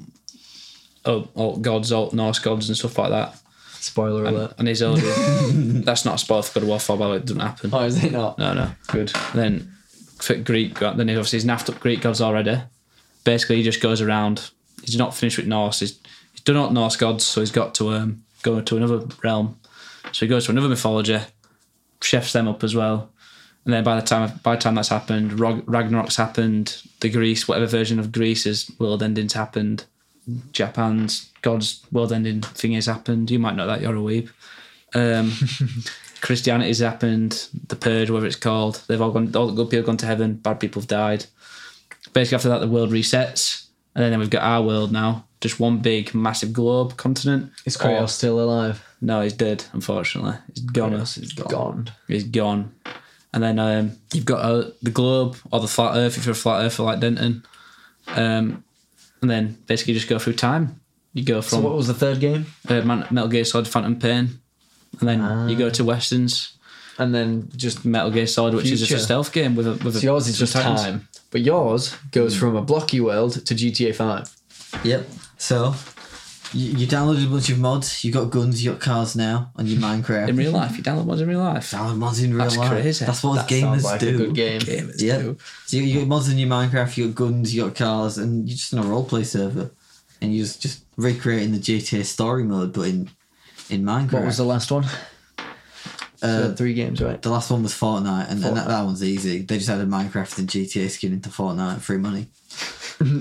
A: Oh, alt gods, alt Norse gods, and stuff like that.
C: Spoiler alert.
A: And his Odin. That's not a spoiler for God of War 4, by the way, it doesn't happen.
C: Oh, is it not?
A: No, no.
C: Good.
A: And then for Greek, god- then he obviously he's naffed up Greek gods already. Basically, he just goes around. He's not finished with Norse. He's, he's done up Norse gods, so he's got to um, go to another realm. So he goes to another mythology, chefs them up as well. And then by the time by the time that's happened, Rog, Ragnarok's happened. The Greece, whatever version of Greece's world ending's happened. Japan's God's world ending thing has happened. You might know that you're a weeb. Um, Christianity's happened, the purge, whatever it's called. They've all gone, all the good people have gone to heaven, bad people have died. Basically, after that, the world resets, and then we've got our world now, just one big, massive globe continent.
C: Is Kratos still alive?
A: Or- no, he's dead. Unfortunately, he's gone.
C: He's gone.
A: He's gone. And then um, you've got uh, the globe or the flat Earth if you're a flat Earther like Denton, um, and then basically just go through time. You go
C: So
A: from
C: what was the third game?
A: uh, Man- Metal Gear Solid Phantom Pain, and then you
C: Ah.
A: go to Westerns
C: And then just
A: just Metal Gear Solid, which is just a
C: Future.
A: stealth game with a with a.
C: so yours is
A: some
C: Hmm. just
A: titans.
C: time, but yours goes from a blocky world to GTA Five.
B: Yep. So you, you downloaded a bunch of mods. You got guns. You got cars now on your Minecraft.
A: in real life. You download mods in real life.
B: Download mods in real
A: That's
B: life.
A: crazy.
B: That's what us
C: That sounds
B: gamers
C: like
B: do.
C: a good game.
A: Gamers
B: Yep.
A: do.
B: So you, you got mods in your Minecraft. You got guns. You got cars, and you're just in a roleplay server, and you're just, just recreating the GTA story mode, but in in Minecraft.
C: What was the last one? So
B: Uh,
C: three games, right?
B: the last one was Fortnite, and, and that,
C: Fortnite.
B: that one's easy. They just added Minecraft and GTA skin into Fortnite free money.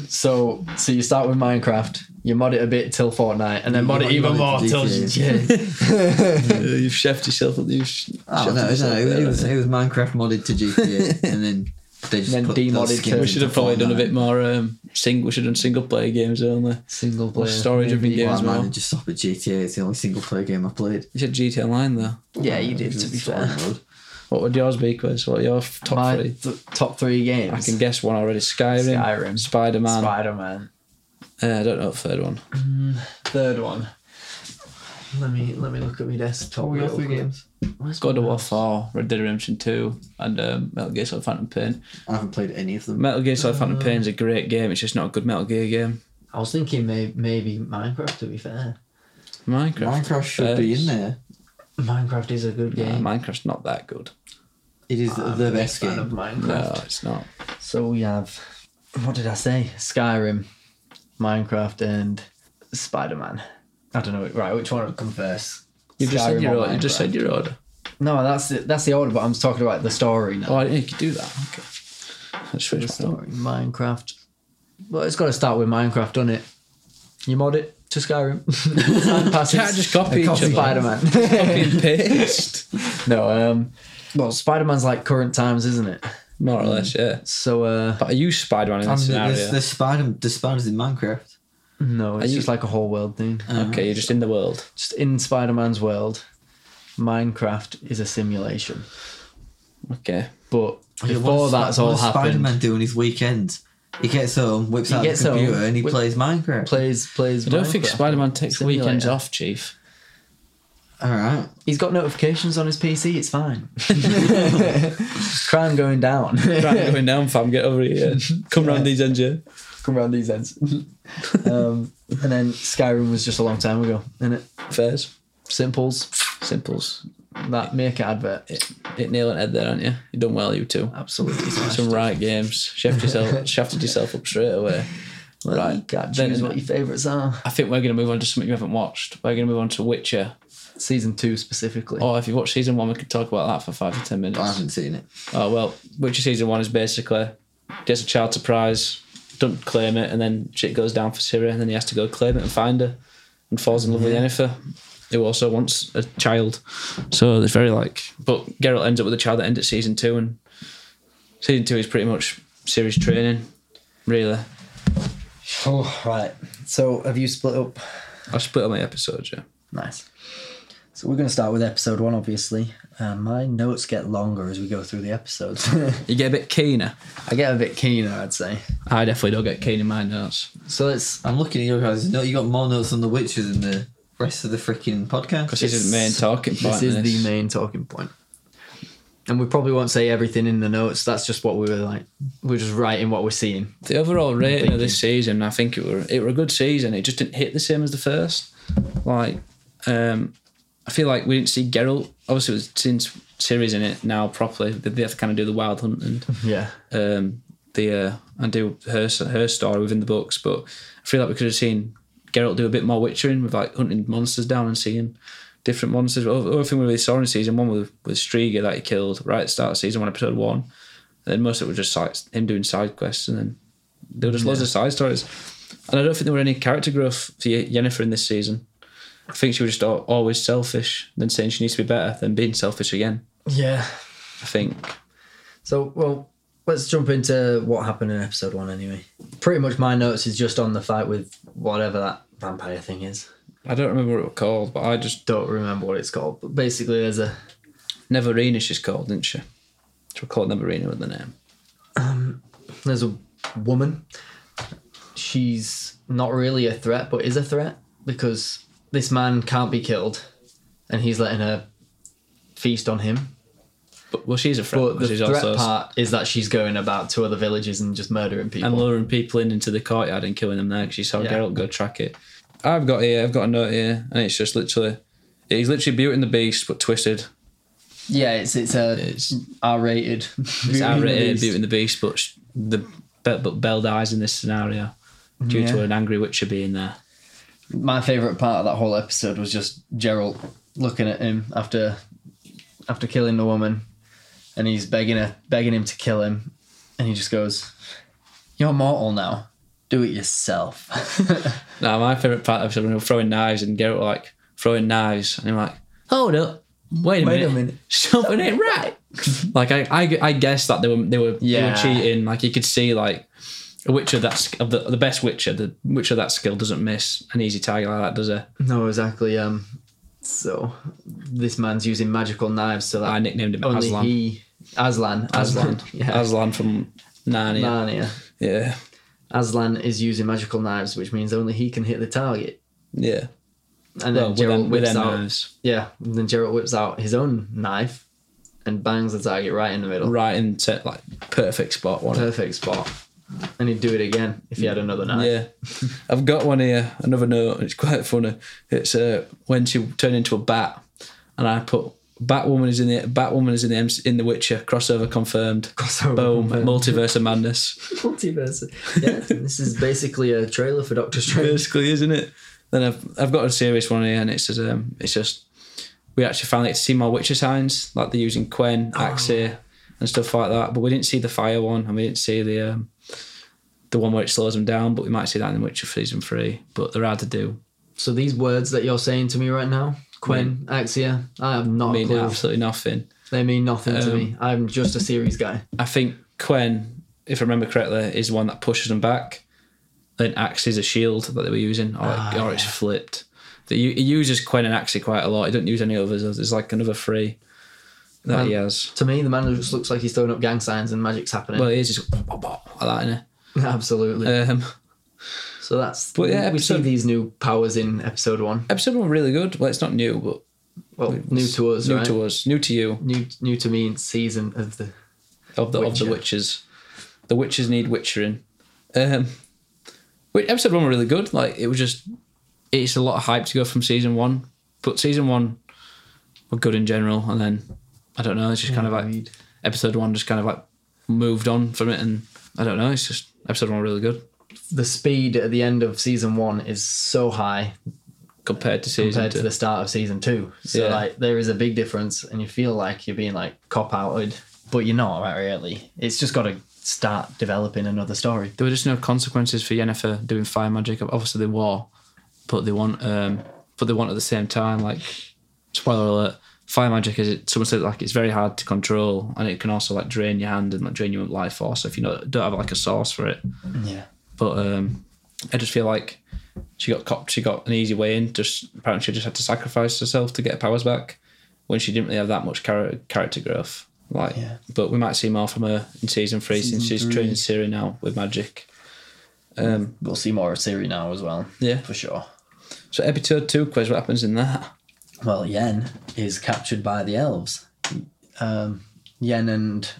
C: So so you start with Minecraft, you mod it a bit till Fortnite, and then
B: You
C: mod it
B: mod-
C: even
B: mod it
C: more
B: to
C: till
B: GTA.
C: GTA.
A: you've chefed yourself up. You've sh-
B: Oh,
A: shafted
B: no,
A: yourself
B: no, it,
A: there,
B: it was
A: haven't
B: it was Minecraft modded to GTA, and then they just
C: Then
B: put those
C: demodded
B: skins
C: to-
A: you? we
B: into
A: should have probably done a
B: Fortnite.
A: bit more. Um, sing. We should have done single player games only.
C: Single player.
A: storage of
C: maybe.
A: in-game
B: Well,
A: as
B: I
A: well.
B: might just stop at GTA. It's the only single player game I played.
A: You said GTA Online though.
C: Yeah, you did.
B: It's
C: To be
B: fine,
C: fair,
B: bud.
A: What would yours be, Quiz? What are your f- top
C: my
A: three?
C: th- top three games.
A: I can guess one already. Skyrim,
C: Skyrim.
A: Spider Man.
C: Spider Man.
A: uh, I don't know the third one.
C: Third one. Let me let me look at my desktop.
B: What were your
C: real
B: three
C: quick.
B: games?
C: Where's
A: God of
C: my
A: War
C: mouse?
A: 4, Red Dead Redemption 2, and um, Metal Gear Solid Phantom Pain.
B: I haven't played any of them.
A: Metal Gear Solid Phantom Pain is a great game, it's just not a good Metal Gear game.
C: I was thinking may- maybe Minecraft. To be fair,
A: Minecraft.
B: Minecraft should be in there.
C: Minecraft is a good
A: Nah,
C: game.
A: Minecraft's not that good.
B: It is
C: I'm
B: the
C: a big
B: best
C: fan of
B: game.
A: No,
C: Minecraft.
A: it's not.
C: So we have, what did I say? Skyrim, Minecraft, and Spider Man. I don't know. Right, which one would come first?
A: You just
C: Skyrim
A: said your
C: or
A: order. You just said
C: Minecraft?
A: your order.
C: No, that's the, that's the order. But I'm talking about the story now.
A: Oh, I didn't think you do that. Okay. Let's switch
C: the
A: that up.
C: story. Minecraft. Well, it's got to start with Minecraft, doesn't it? You mod it to Skyrim. Time passes.
A: Can't just copy
C: I
A: each other.
C: Spider Man.
A: Copy and paste.
C: no, um, well, Spider Man's like current times, isn't it?
A: More or less, yeah.
C: So, uh,
A: But I use Spider Man in
B: And
A: this scenario.
B: Um, there's, there's spider, there's spiders in Minecraft.
C: no,
A: you-
C: it's
A: Oh,
C: just like a whole world thing.
A: okay, you're just in the world.
C: Just in Spider Man's world, Minecraft is a simulation.
A: Okay.
C: But
B: Yeah,
C: before
B: what
C: that's
B: does- what
C: all
B: does Spider-Man
C: happened,
B: do on his weekends? He gets home, whips
C: He
B: out the
C: gets home,
B: computer, and he
C: whip-
B: plays Minecraft.
C: plays plays.
A: I don't think
C: Minecraft.
A: Spider Man takes
C: Simulator.
A: weekends off, Chief.
B: All right.
C: He's got notifications on his PC. It's fine. Crime going down.
A: Right, going down, fam. Get over here. Come round these ends, yeah.
C: Come around these ends. um, and then Skyrim was just a long time ago, and it
A: Fairs.
C: simples
A: Simples.
C: that make it advert. It
A: Hit nail on the head there, aren't you? You've done well, you two.
C: absolutely
A: Some right games. Shafted yourself, shafted yourself up straight away.
C: right. You
A: Right.
C: can't
A: Then-
C: choose what your favourites are.
A: I think we're going to move on to something you haven't watched. We're going to move on to Witcher.
C: Season two specifically.
A: Or if you watch season one, we could talk about that for five or ten minutes.
B: I haven't seen it.
A: Oh well, Witcher season one is basically gets a child surprise, don't claim it, and then shit goes down for Syria, and then he has to go claim it and find her, and falls in love with Yennefer, who also wants a child. So it's very like, but Geralt ends up with a child that ends at season two, and season two is pretty much series training. Really,
C: Oh right. So have you split up?
A: I split all my episodes. Yeah,
C: Nice. So we're going to start with episode one, obviously. Uh, my notes get longer as we go through the episodes.
A: you get a bit keener.
C: I get a bit keener, I'd say.
A: I definitely don't get keen in my notes
C: So let's.
B: I'm looking at you guys. No, you got more notes on the Witcher than the rest of the freaking podcast.
A: because this is the main talking point.
C: This is
A: of
C: the main talking point. And we probably won't say everything in the notes. That's just what we were like. We're just writing what we're seeing.
A: The overall rating of this season, I think it were it were a good season. It just didn't hit the same as the first. Like, um, I feel like we didn't see Geralt. Obviously, it was since series in it now properly. They they have to kind of do the wild hunt and
C: Yeah.
A: um, the uh, and do her her story within the books. But I feel like we could have seen Geralt do a bit more witchering with like hunting monsters down and seeing different monsters. But the other thing we really saw in season one was was Striga that he killed right at the start of season one, episode one. And then most of it was just like him doing side quests, and then there were just loads of side stories. And I don't think there were any character growth for Ye- Yennefer in this season. I think she was just al- always selfish, then saying she needs to be better, then being selfish again.
C: Yeah.
A: I think.
C: So, well, let's jump into what happened in episode one anyway. Pretty much my notes is just on the fight with whatever that vampire thing is.
A: I don't remember what it was called, but I just
C: Don't remember what it's called, but basically there's a
A: Neverina, she's called, isn't she? She'll call it Neverina with the name.
C: there's a woman. She's not really a threat, but is a threat because this man can't be killed, and he's letting her feast on him.
A: But well, she's a threat.
C: But
A: because
C: the
A: she's
C: threat
A: also
C: part is that she's going about to other villages and just murdering people.
A: and luring people in into the courtyard and killing them there because she saw
C: Yeah.
A: Geralt go track it. I've got here, I've got a note here, and it's just literally, it's literally Beauty and the Beast, but twisted.
C: yeah, it's it's a
A: It's
C: R-rated.
A: it's R-rated Beauty and the Beast, but sh- the but, but Belle dies in this scenario due to
C: Yeah.
A: an angry witcher being there.
C: My favorite part of that whole episode was just Gerald looking at him after after killing the woman, and he's begging her, begging him to kill him, and he just goes, "You're mortal now. Do it yourself."
A: Now, my favourite part of someone throwing knives and Garrett were like throwing knives, and I'm like, hold up, wait a
C: Wait a
A: minute,
C: minute.
A: something ain't right. like I, I, I guess that they were they were,
C: Yeah.
A: they were cheating. Like you could see like a witcher that's of the the best witcher, the witcher that skill doesn't miss an easy target like that, does it?
C: no, exactly. Um, so this man's using magical knives so that
A: I nicknamed him
C: only
A: Aslan.
C: he, Aslan, Aslan,
A: Aslan,
C: yeah,
A: Aslan from Narnia.
C: Narnia.
A: Yeah,
C: Aslan is using magical knives, which means only he can hit the target.
A: yeah.
C: And
A: Well,
C: then
A: with uh,
C: Geralt
A: them, with
C: whips
A: them
C: out.
A: knives
C: Yeah, and then Geralt whips out his own knife and bangs the target right in the middle.
A: right into like perfect spot one.
C: Perfect spot. And he'd do it again if he had another knife.
A: Yeah, I've got one here. Another note. and It's quite funny. It's uh, when she turned into a bat, and I put Batwoman is in the Batwoman is in the MC, in the Witcher crossover confirmed.
C: Crossover
A: Boom,
C: confirmed.
A: multiverse of madness.
C: Multiverse. Yeah, this is basically a trailer for Doctor Strange.
A: Basically, isn't it? Then I've I've got a serious one here, and it's just, um it's just we actually finally get to see more Witcher signs, like they're using Quen,
C: Oh.
A: Axir, and stuff like that. But we didn't see the fire one, and we didn't see the um the one where it slows them down. But we might see that in Witcher season three. But they're hard to do.
C: So these words that you're saying to me right now, Quinn, Axia, I have not
A: I
C: a
A: mean,
C: clue.
A: absolutely nothing.
C: They mean nothing to
A: Um,
C: me. I'm just a series guy.
A: I think Quen, if I remember correctly, is the one that pushes them back. Then Axe is a shield that they were using, or,
C: Ah,
A: or it's flipped. That you, he uses Quen and Axe quite a lot. He doesn't use any others. There's like another three that he
C: Um,
A: has.
C: To me, the man just looks like he's throwing up gang signs and magic's happening.
A: Well, he is just bop, bop, bop, like that,
C: Absolutely.
A: innit? Um,
C: so that's
A: but yeah,
C: we see
A: episode-
C: these new powers in episode one.
A: episode one really good. Well, it's not new, but
C: Well,
A: it's
C: new to us,
A: New
C: right?
A: to us. New to you
C: new new to me in season of the
A: of the of the
C: Witcher.
A: witches. The witches need witchering. Um, which episode one were really good. Like it was just, it's a lot of hype to go from season one, but season one were good in general, and then I don't know. It's just kind of like
C: Indeed.
A: episode one just kind of like moved on from it, and I don't know. It's just episode one were really good
C: the speed at the end of season one is so high
A: compared to season
C: compared to
A: two.
C: the start of season two. So
A: Yeah.
C: like there is a big difference, and you feel like you're being like cop outed, but you're not right really. It's just got to start developing another story.
A: there were just no consequences for Yennefer doing fire magic. Obviously, they were, but they want, um, but they want at the same time. Like, spoiler alert: fire magic is someone said like it's very hard to control, and it can also like drain your hand and like drain your life force if you not, don't have like a source for it.
C: Yeah,
A: But um, I just feel like she got copped. She got an easy way in. Just apparently, she just had to sacrifice herself to get her powers back when she didn't really have that much char- character growth. Like,
C: Yeah.
A: but we might see more from her in season three since she's training Siri now with magic. Um,
C: we'll see more of Siri now as well.
A: Yeah.
C: for sure.
A: so episode two quiz. What happens in that?
C: Well, Yen is captured by the elves. Um, Yen and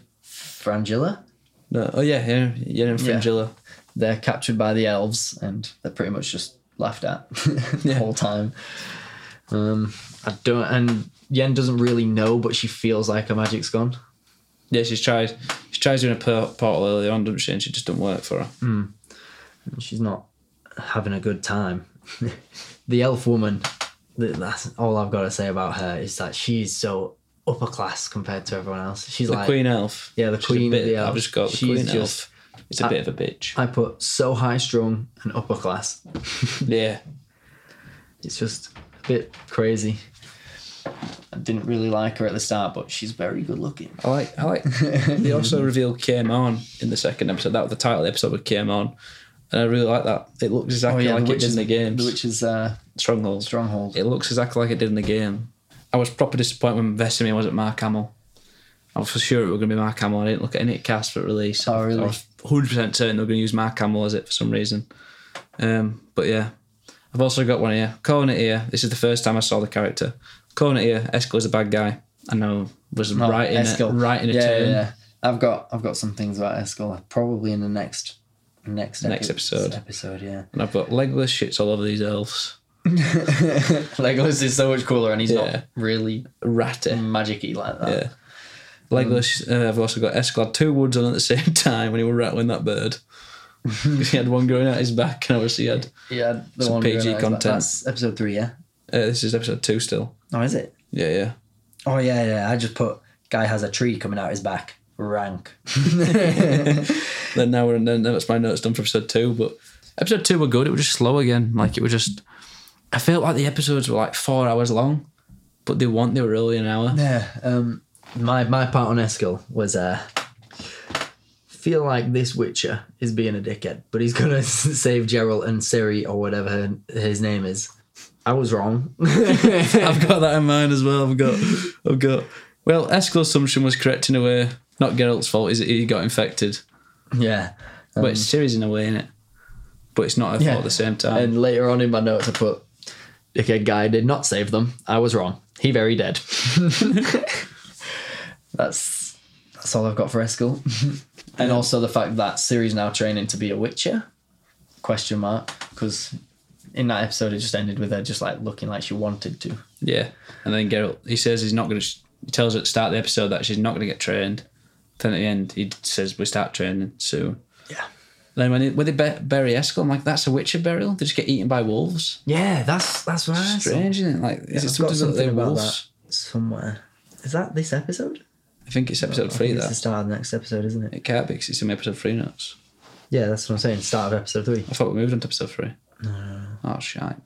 C: Frangilla.
A: No. Oh yeah, yeah, yeah, and
C: Yeah.
A: Fringilla.
C: they're captured by the elves and they're pretty much just laughed at the whole time. Um, I don't, and Yen doesn't really know, but she feels like her magic's gone.
A: Yeah. she's tried. She tries doing a por- portal earlier on, doesn't she? And she just doesn't work for her.
C: Mm. And She's not having a good time. the elf woman, th- that's all I've got to say about her is that she's so upper class compared to everyone else. She's
A: The
C: like,
A: Queen Elf.
C: yeah, the
A: She's a
C: queen of
A: bit-
C: the elves.
A: I've just got the
C: She's
A: Queen
C: just-
A: Elf. It's a
C: I-
A: bit of a bitch.
C: I put so high strung and upper class.
A: yeah.
C: It's just a bit crazy. I didn't really like her at the start, but she's very good looking.
A: I like. I like. they also revealed Came On in the second episode. That was the title of the episode with Came On, and I really like that. It looks exactly like it did in the games.
C: Oh, The witch's uh,
A: Stronghold.
C: stronghold.
A: It looks exactly like it did in the game. I was proper disappointed when Vesemir wasn't Mark Hamill. I was for sure it were going to be Mark Hamill. I didn't look at any cast for release.
C: Oh, really?
A: I was 100% certain they were going to use Mark Hamill as it for some reason. Um, but yeah. I've also got one here. Cornet here. This is the first time I saw the character. Cornet here. Eskel is a bad guy. I know. Was
C: No,
A: right in a,
C: Oh, Eskel.
A: right in a
C: yeah,
A: turn.
C: Yeah, yeah. I've got I've got some things about Eskel probably in the next next
A: Next episode.
C: Episode, yeah.
A: And I've got legless shits all over these elves.
C: Legolas is so much cooler, and he's
A: Yeah.
C: not really
A: Ratty.
C: magicy like that.
A: Yeah. Legless, uh, I've also got Eskel had two woods on at the same time when he was rattling that bird. 'Cause he had one growing out his back, and obviously he had.
C: Yeah, the
A: Some
C: one
A: PG
C: going out is that-
A: content.
C: That's episode three, yeah.
A: Uh, this is episode two still.
C: Oh, is it?
A: Yeah, yeah.
D: Oh yeah, yeah. I just put guy has a tree coming out his back. Rank.
A: Then now we're then that's my notes done for episode two. But episode two were good. It was just slow again. Like it was just. I felt like the episodes were like four hours long, but they weren't. They were only an hour.
C: Yeah. Um, my my part on Eskil was uh, feel like this Witcher is being a dickhead, but he's gonna save Gerald and Siri or whatever her, his name is. I was wrong.
A: I've got that in mind as well. I've got, I've got. Well, Eskil's assumption was correct in a way. Not Geralt's fault. Is it he got infected?
C: yeah.
A: but
C: Um,
A: it's serious in a way, is it? But it's not her fault at the same time.
C: And later on in my notes, I put dickhead guy did not save them. I was wrong. He very dead. that's that's all I've got for Eskil. and also the fact that Ciri's now training to be a Witcher? Question mark because. In that episode, it just ended with her just like looking like she wanted to.
A: yeah. And then Geralt, he says he's not going to. He tells her at the start of the episode that she's not going to get trained. Then at the end, he says we start training soon.
C: Yeah.
A: Then when, it, when they bu- bury Eskel, I'm like, that's a Witcher burial. They just get eaten by wolves.
C: Yeah, that's that's what I saw.
A: Strange, isn't it? Like, is it
C: I've
A: something, that
C: got something
A: they're
C: about
A: wolves?
C: that somewhere. Is that this episode?
A: I think it's
C: I
A: episode
C: think
A: three.
C: It's the
A: That
C: start of the next episode, isn't it?
A: it can't be 'cause it's in episode three notes.
C: Yeah, that's what I'm saying. Start of episode three.
A: I thought we moved on to episode three. Oh shite!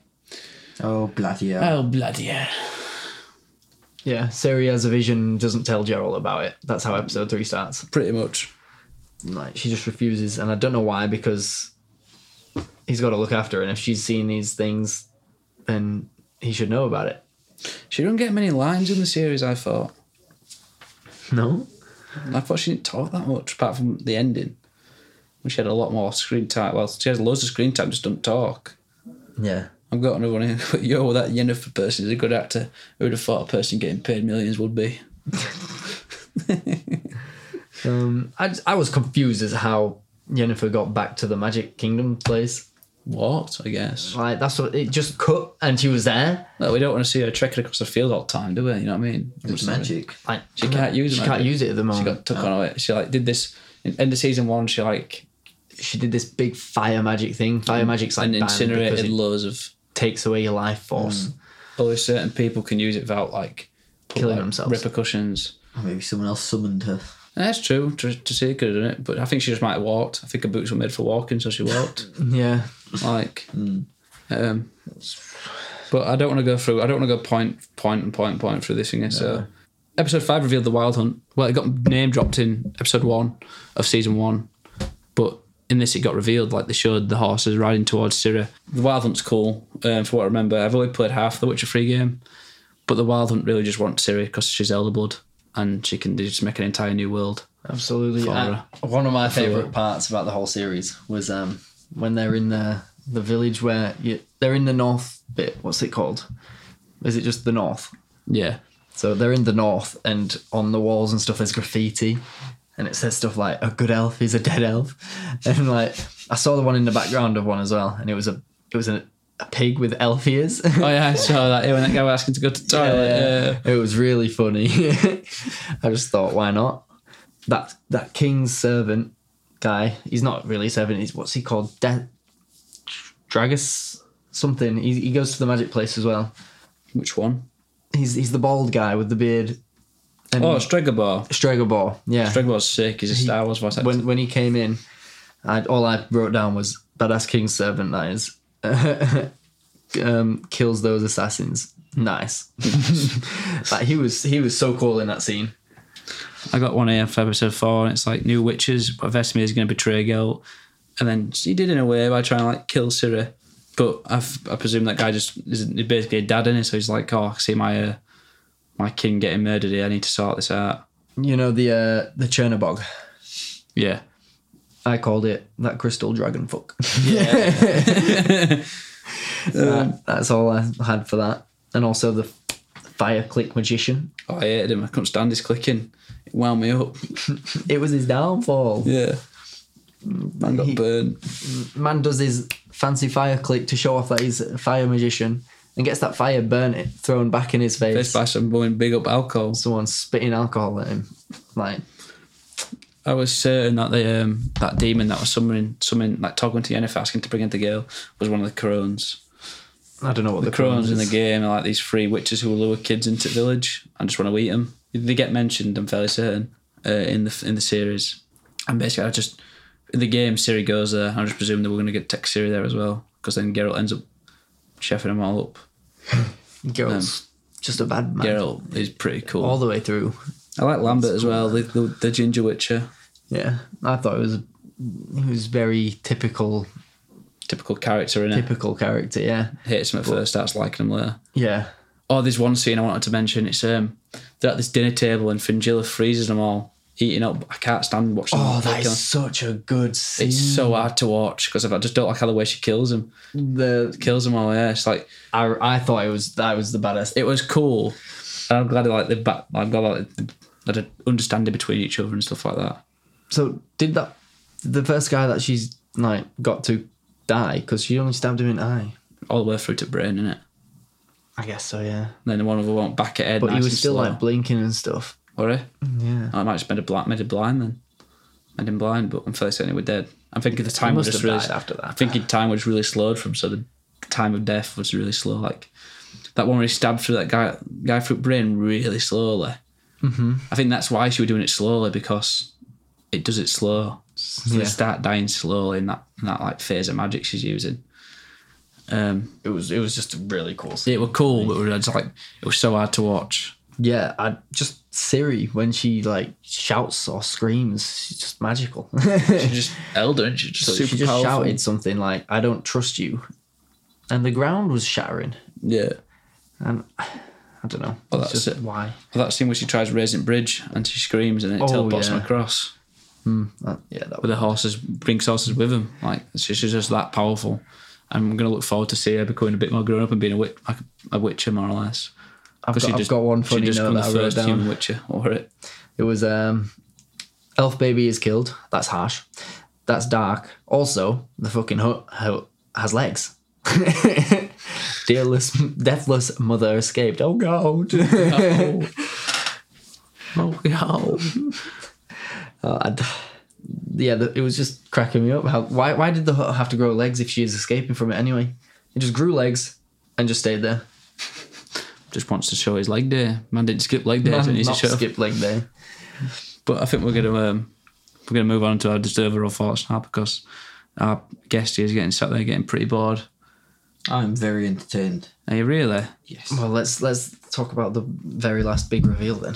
B: Oh, bloody
C: Uh,
B: hell.
A: Oh bloody yeah!
C: Yeah, Siri has a vision, doesn't tell Gerald about it. That's how episode three starts.
A: Pretty much.
C: Like she just refuses, and I don't know why because he's got to look after her, and if she's seen these things, then he should know about it.
A: She didn't get many lines in the series. I thought.
C: No,
A: I thought she didn't talk that much, apart from the ending. When she had a lot more screen time. Well, she has loads of screen time, just don't talk.
C: yeah,
A: I've got another one in. Yo, that Yennefer person is a good actor. Who would have thought a person getting paid millions would be?
C: um, I I was confused as how Yennefer got back to the Magic Kingdom place.
A: What, I guess.
C: Like that's what it just cut, and she was there.
A: Well, we don't want to see her trekking across the field all the time, do we? You know what I mean?
B: It's magic.
C: Like
A: She can't use
C: She
A: magic.
C: can't use it at the
A: She
C: moment.
A: got took on it. She like did this in end of season one. She like
C: she did this big fire magic thing. Fire magic's like
A: and
C: banned because
A: incinerated
C: it
A: loads of.
C: takes away your life force.
A: Only certain people can use it without like put,
C: Killing
A: like,
C: themselves.
A: repercussions.
B: Or Maybe someone else summoned her.
A: And that's true. Tr- Trisha could have done it, but I think she just might have walked. I think her boots were made for walking, so she walked.
C: Yeah,
A: like, um, but I don't want to go through. I don't want to go point, point, and point, point through this again. So, episode five revealed the Wild Hunt. Well, it got name dropped in episode one of season one, but in this it got revealed. Like they showed the horses riding towards Syrah. The Wild Hunt's cool. Um, for what I remember, I've only played half the Witcher Free game, but the Wild Hunt really just wants Syrah because she's Elder Blood and she can just make an entire new world.
C: absolutely.
A: Fire.
C: Uh, one of my favorite parts about the whole series was um, when they're in the the village where you, they're in the north bit. What's it called? Is it just the north?
A: Yeah.
C: So they're in the north, and on the walls and stuff, there's graffiti, and it says stuff like "a good elf is a dead elf," and like I saw the one in the background of one as well, and it was a it was a, a pig with elf ears.
A: Oh yeah, I saw that. Yeah, when that guy was asking to go to the toilet. Yeah.
C: uh, It was really funny. I just thought, why not? That that king's servant guy. He's not really a servant. He's what's he called? De- Dragus something. He, he goes to the magic place as well.
A: Which one?
C: He's he's the bald guy with the beard. And
A: Oh, Stregobor.
C: Stregobor. Yeah.
A: Stregobor's sick. He's a Star Wars voice actor.
C: when when he came in, I, all I wrote down was badass king's servant. That is. um, kills those assassins. Nice. like, he was he was so cool in that scene.
A: I got one here for episode four, and it's like new witches, but Vesemir is going to betray Geralt, and then he did in a way by trying to like kill Ciri. But I, f- I presume that guy just is he's basically a dad in it, so he's like, oh, I see my uh, my kin getting murdered here. I need to sort this out.
C: You know the uh, the Chernobog.
A: Yeah.
C: I called it that crystal dragon fuck. Yeah. that's all I had for that. And also the fire click magician.
A: Oh, I hated him. I couldn't stand his clicking. It wound me up.
C: It was his downfall.
A: Yeah. Man got
C: He-
A: burned.
C: Man does his fancy fire click to show off that he's a fire magician and gets that fire burnt it thrown back in his face.
A: Faced by some woman big up alcohol.
C: Someone spitting alcohol at him. Like
A: I was certain that the um, that demon that was summoning, summoning like talking to Yennefer, asking to bring in the girl, was one of the Crones.
C: I don't know what
A: The,
C: the,
A: crones in the
C: is.
A: game are like these three witches who lure kids into the village and just want to eat them. They get mentioned, I'm fairly certain, uh, in the in the series. And basically, I just in the game, Siri goes there. I just presume they were going to get Tech Siri there as well, because then Geralt ends up chefing them all up.
C: Geralt's just a bad man
A: um, Geralt is pretty cool.
C: all the way through.
A: I like Lambert as well, the, the, the ginger witcher,
C: Yeah, I thought it was it was very typical
A: typical character in it.
C: typical character. Yeah,
A: Hates him at first, starts liking him later.
C: yeah.
A: Oh, there's one scene I wanted to mention. It's um, they're at this dinner table and Fingilla freezes them all, eating up. I can't stand watching. them
C: Oh, that
A: kill-
C: is such a good scene.
A: It's so hard to watch because I just don't like how the way she kills him.
C: the
A: Kills them all. Yeah, it's like
C: I, I thought it was that was the baddest.
A: it was cool. And I'm glad they like the back. I'm glad like they had an understanding between each other and stuff like that.
C: So did that the first guy that she's like got to die because she only stabbed him in the eye.
A: All the way through to brain, innit? And
C: I guess so. Yeah,
A: then the one other went back at head.
C: but
A: nice
C: he
A: and
C: was still
A: slow. eh?
C: like blinking and stuff.
A: Were he?
C: Yeah.
A: I might have just made a blind, made a blind then. Made him blind, but I'm fairly certain he was dead. I'm thinking the time was just
C: must have
A: really.
C: died after that.
A: I'm thinking time was really slowed from, so the time of death was really slow. Like that one where he stabbed through that guy guy through the brain really slowly. Mm-hmm. I think that's why she was doing it slowly because it does it slow. So
C: Yeah.
A: They start dying slowly in that in that like phase of magic she's using. Um,
C: It was it was just a really cool scene.
A: it were cool, but it was just like it was so hard to watch.
C: Yeah, I just Siri when she like shouts or screams, she's just magical.
A: She just elder and she just
C: So
A: super
C: she just
A: powerful.
C: shouted something like, "I don't trust you," and the ground was shattering.
A: Yeah.
C: And I don't know.
A: Well,
C: It's
A: that's
C: just
A: it.
C: Why?
A: Well, that scene where she tries raising bridge and she screams and it
C: Oh,
A: teleports
C: yeah.
A: him across
C: That- yeah, that
A: with
C: was
A: the horses, brings horses with him. Like she- she's just that powerful. I'm gonna look forward to see her becoming a bit more grown up and being a witch, like a witcher more or less.
C: I've got,
A: she
C: I've got one
A: she
C: funny
A: just
C: note
A: becomes
C: that I
A: the
C: wrote
A: first
C: down.
A: human witcher or it.
C: It was um, elf baby is killed. That's harsh. That's dark. Also, the fucking hut, hut has legs. Dearless, deathless mother escaped. Oh god.
A: Oh.
C: Oh no. Uh, I'd- yeah, the, it was just cracking me up. How why why did the hut have to grow legs if she is escaping from it anyway? It just grew legs and just stayed there.
A: Just wants to show his leg day. Man didn't skip leg day, didn't he?
C: not
A: He's a show.
C: skip leg day.
A: But I think we're gonna um, we're gonna move on to our just overall thoughts now because our guest here is getting sat there getting pretty bored.
B: I'm very entertained.
A: Are you really?
B: Yes.
C: Well, let's let's talk about the very last big reveal then.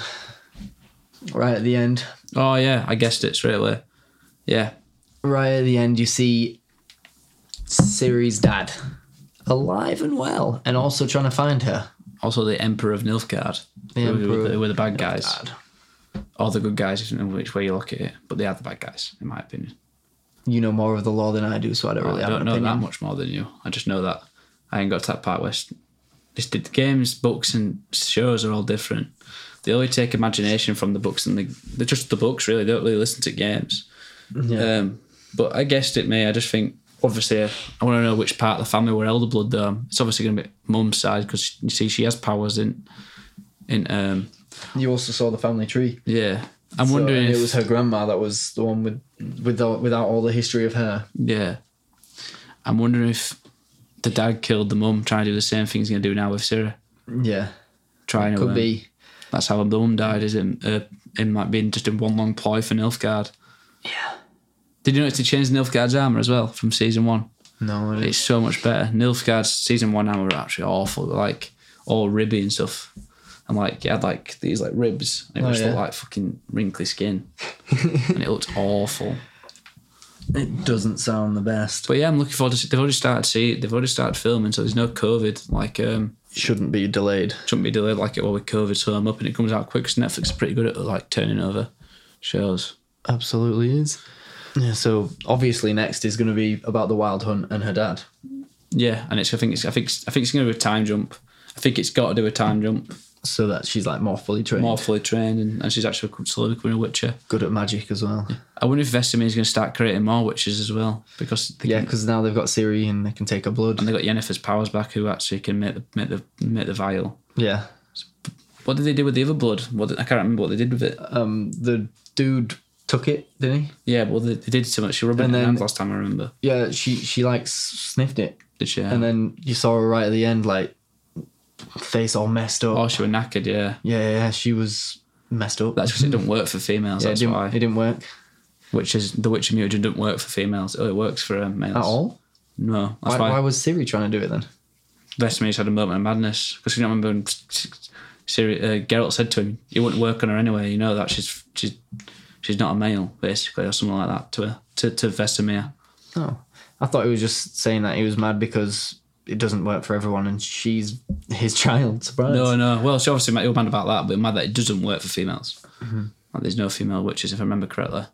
C: Right at the end,
A: Oh yeah, I guessed it straight away. Yeah,
C: right at the end, you see Ciri's dad alive and well, and also trying to find her.
A: Also, the Emperor of Nilfgaard.
C: The
A: who were
C: Emperor
A: the- who were the bad guys.
C: Dad.
A: Or the good guys, if you know which way you look at it. But they are the bad guys, in my opinion.
C: You know more of the law than I do, so I don't really
A: I
C: have
A: don't
C: an
A: know
C: opinion.
A: that much more than you. I just know that I ain't got to that part where s- this, the games, books, and shows are all different. They only take imagination from the books and the, they're just the books, really. They don't really listen to games.
C: Yeah.
A: Um, but I guessed it may. I just think, obviously, I want to know which part of the family were elder blood, though. It's obviously going to be mum's side because you see, she has powers in. in um,
C: You also saw the family tree.
A: yeah. I'm
C: So,
A: wondering
C: and
A: if
C: it was her grandma that was the one with with all, without all the history of her.
A: Yeah. I'm wondering if the dad killed the mum, trying to do the same thing he's going to do now with Sarah.
C: Yeah,
A: Trying to.
C: could be.
A: That's how the mum died, is it? Uh, in like being just in one long ploy for Nilfgaard.
C: Yeah.
A: Did you notice they changed Nilfgaard's armour as well from season one?
C: No, it
A: It's so much better. Nilfgaard's season one armour were actually awful, like all ribby and stuff. And like, it had like these like ribs, and it
C: Oh,
A: just looked
C: yeah.
A: like fucking wrinkly skin. and it looked awful.
C: it doesn't sound the best.
A: But yeah, I'm looking forward to see. They've already started see they've already started filming, so there's no COVID. Like um
C: Shouldn't be delayed.
A: shouldn't be delayed like it will with COVID, so I'm up and it comes out quick 'cause Netflix is pretty good at like turning over shows.
C: Absolutely is. Yeah. So obviously, next is going to be about the wild hunt and her dad.
A: Yeah, and it's I think it's I think it's, I think it's gonna be a time jump. I think it's got to do a time jump.
C: So that she's like more fully trained,
A: More fully trained, and, and she's actually come- slowly becoming a witcher.
C: good at magic as well.
A: I wonder if Vesemir is going to start creating more witches as well because they
C: Yeah,
A: can-
C: because now they've got Siri and they can take her blood.
A: and they got Yennefer's powers back, who actually can make the make the make the vial.
C: Yeah.
A: What did they do with the other blood? What did- I can't remember what they did with it.
C: Um, the dude took it, didn't he?
A: Yeah, well they, they did so much. She rubbed it in
C: And
A: her
C: then-
A: hands last time I remember.
C: Yeah, she she like sniffed it.
A: Did she?
C: and then you saw her right at the end, like face all messed up.
A: oh, she was knackered. Yeah,
C: yeah, yeah, yeah, she was messed up.
A: that's because it doesn't work for females.
C: yeah, it
A: that's
C: didn't,
A: why.
C: it didn't work
A: Which is the Witcher mutagen doesn't work for females. Oh, it works for uh, males
C: at all.
A: No, that's why.
C: Why, why was Siri trying to do it then?
A: Vesemir had a moment of madness because you don't remember when Siri, uh, Geralt said to him, "You wouldn't work on her anyway. You know that she's she's she's not a male, basically, or something like that." To her, to to Vesemir.
C: Oh, I thought he was just saying that he was mad because it doesn't work for everyone, and she's his child. Surprise!
A: No, no. Well, she obviously mad, you're mad about that, but mad that it doesn't work for females.
C: Mm-hmm.
A: Like, there's no female witches, if I remember correctly.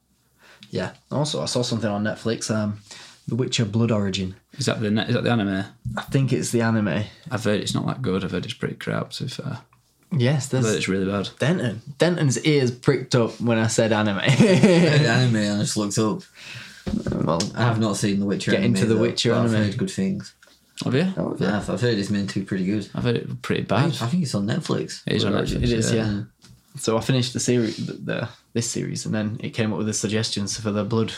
C: Yeah. Also, I saw something on Netflix. Um, The Witcher Blood Origin.
A: Is that the is that the anime?
C: I think it's the anime.
A: I've heard it's not that good. I've heard it's pretty crap. To be fair,
C: Yes,
A: I've heard
C: there's
A: it's really bad.
C: Denton. Denton's ears pricked up when I said anime.
B: The anime, I just looked up.
C: well,
B: I have not seen The Witcher.
C: Get
B: anime,
C: into The
B: though,
C: Witcher
B: but I've
C: anime.
B: heard good things.
A: Have you?
C: Oh.
B: Yeah, I've, I've heard it's meant to be pretty good.
A: I've heard it pretty
B: I
A: bad.
B: think, I think it's on Netflix.
A: It is on Netflix.
C: It is, yeah.
B: Yeah.
C: So I finished the series, the, the this series, and then it came up with the suggestions for the Blood.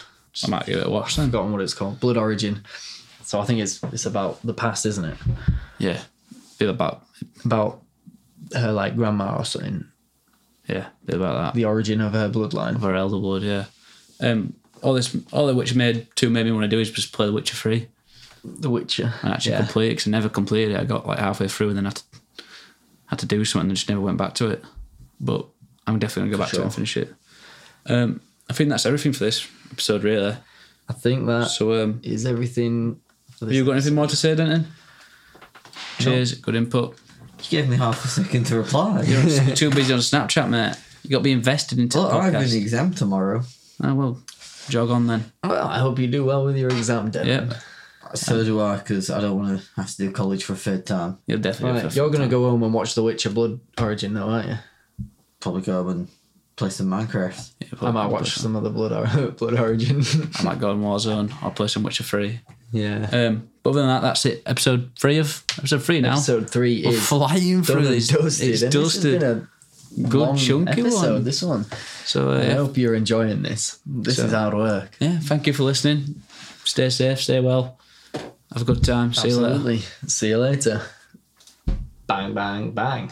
A: I might give it a watch
C: I've
A: then.
C: forgotten what it's called. Blood Origin. So I think it's it's about the past, isn't it?
A: Yeah, bit about
C: About her like grandma or something.
A: yeah, bit about that.
C: The origin of her bloodline.
A: of our elder blood, yeah. Um, all this, all the Witcher made two made me want to do is just play The Witcher three
C: The Witcher.
A: and actually
C: yeah.
A: complete it 'cause I never completed it. I got like halfway through and then had to, had to do something and just never went back to it. But I'm definitely gonna go back to it and finish it. Um, I think that's everything for this episode, really.
C: I think that is
A: So, um,
C: everything. for
A: have
C: this
A: you got anything more to say, Denton? Cheers, good input.
B: You gave me half a second to reply.
A: You're on- too busy on Snapchat, mate. You got to be invested into
B: well,
A: the
B: I have
A: podcast.
B: an exam tomorrow,
A: Oh well, jog on then.
C: Well, I hope you do well with your exam, Denton.
A: Yeah,
B: so do I, because I don't want to have to do college for a third time.
A: you'll definitely.
C: Right, you're gonna go home and watch The Witcher Blood Origin, though, aren't you?
B: Probably go and play some Minecraft.
C: I might watch some other Blood or- Blood Origin.
A: I might go on Warzone. I'll play some Witcher Three.
C: yeah.
A: Um, but other than that, that's it. Episode three of episode three now.
C: Episode three
A: We're
C: is
A: flying
C: done
A: through
C: and
A: these.
C: dusted.
A: It's
C: and this has been
A: dusted.
C: a long
A: Good chunky
C: episode,
A: one.
C: This one.
A: So uh,
C: I
A: yeah.
C: hope you're enjoying this. This
A: So-
C: is hard work.
A: yeah, thank you for listening. Stay safe. Stay well. Have a good time. See you later.
C: Absolutely. See you later. Bang, bang, bang.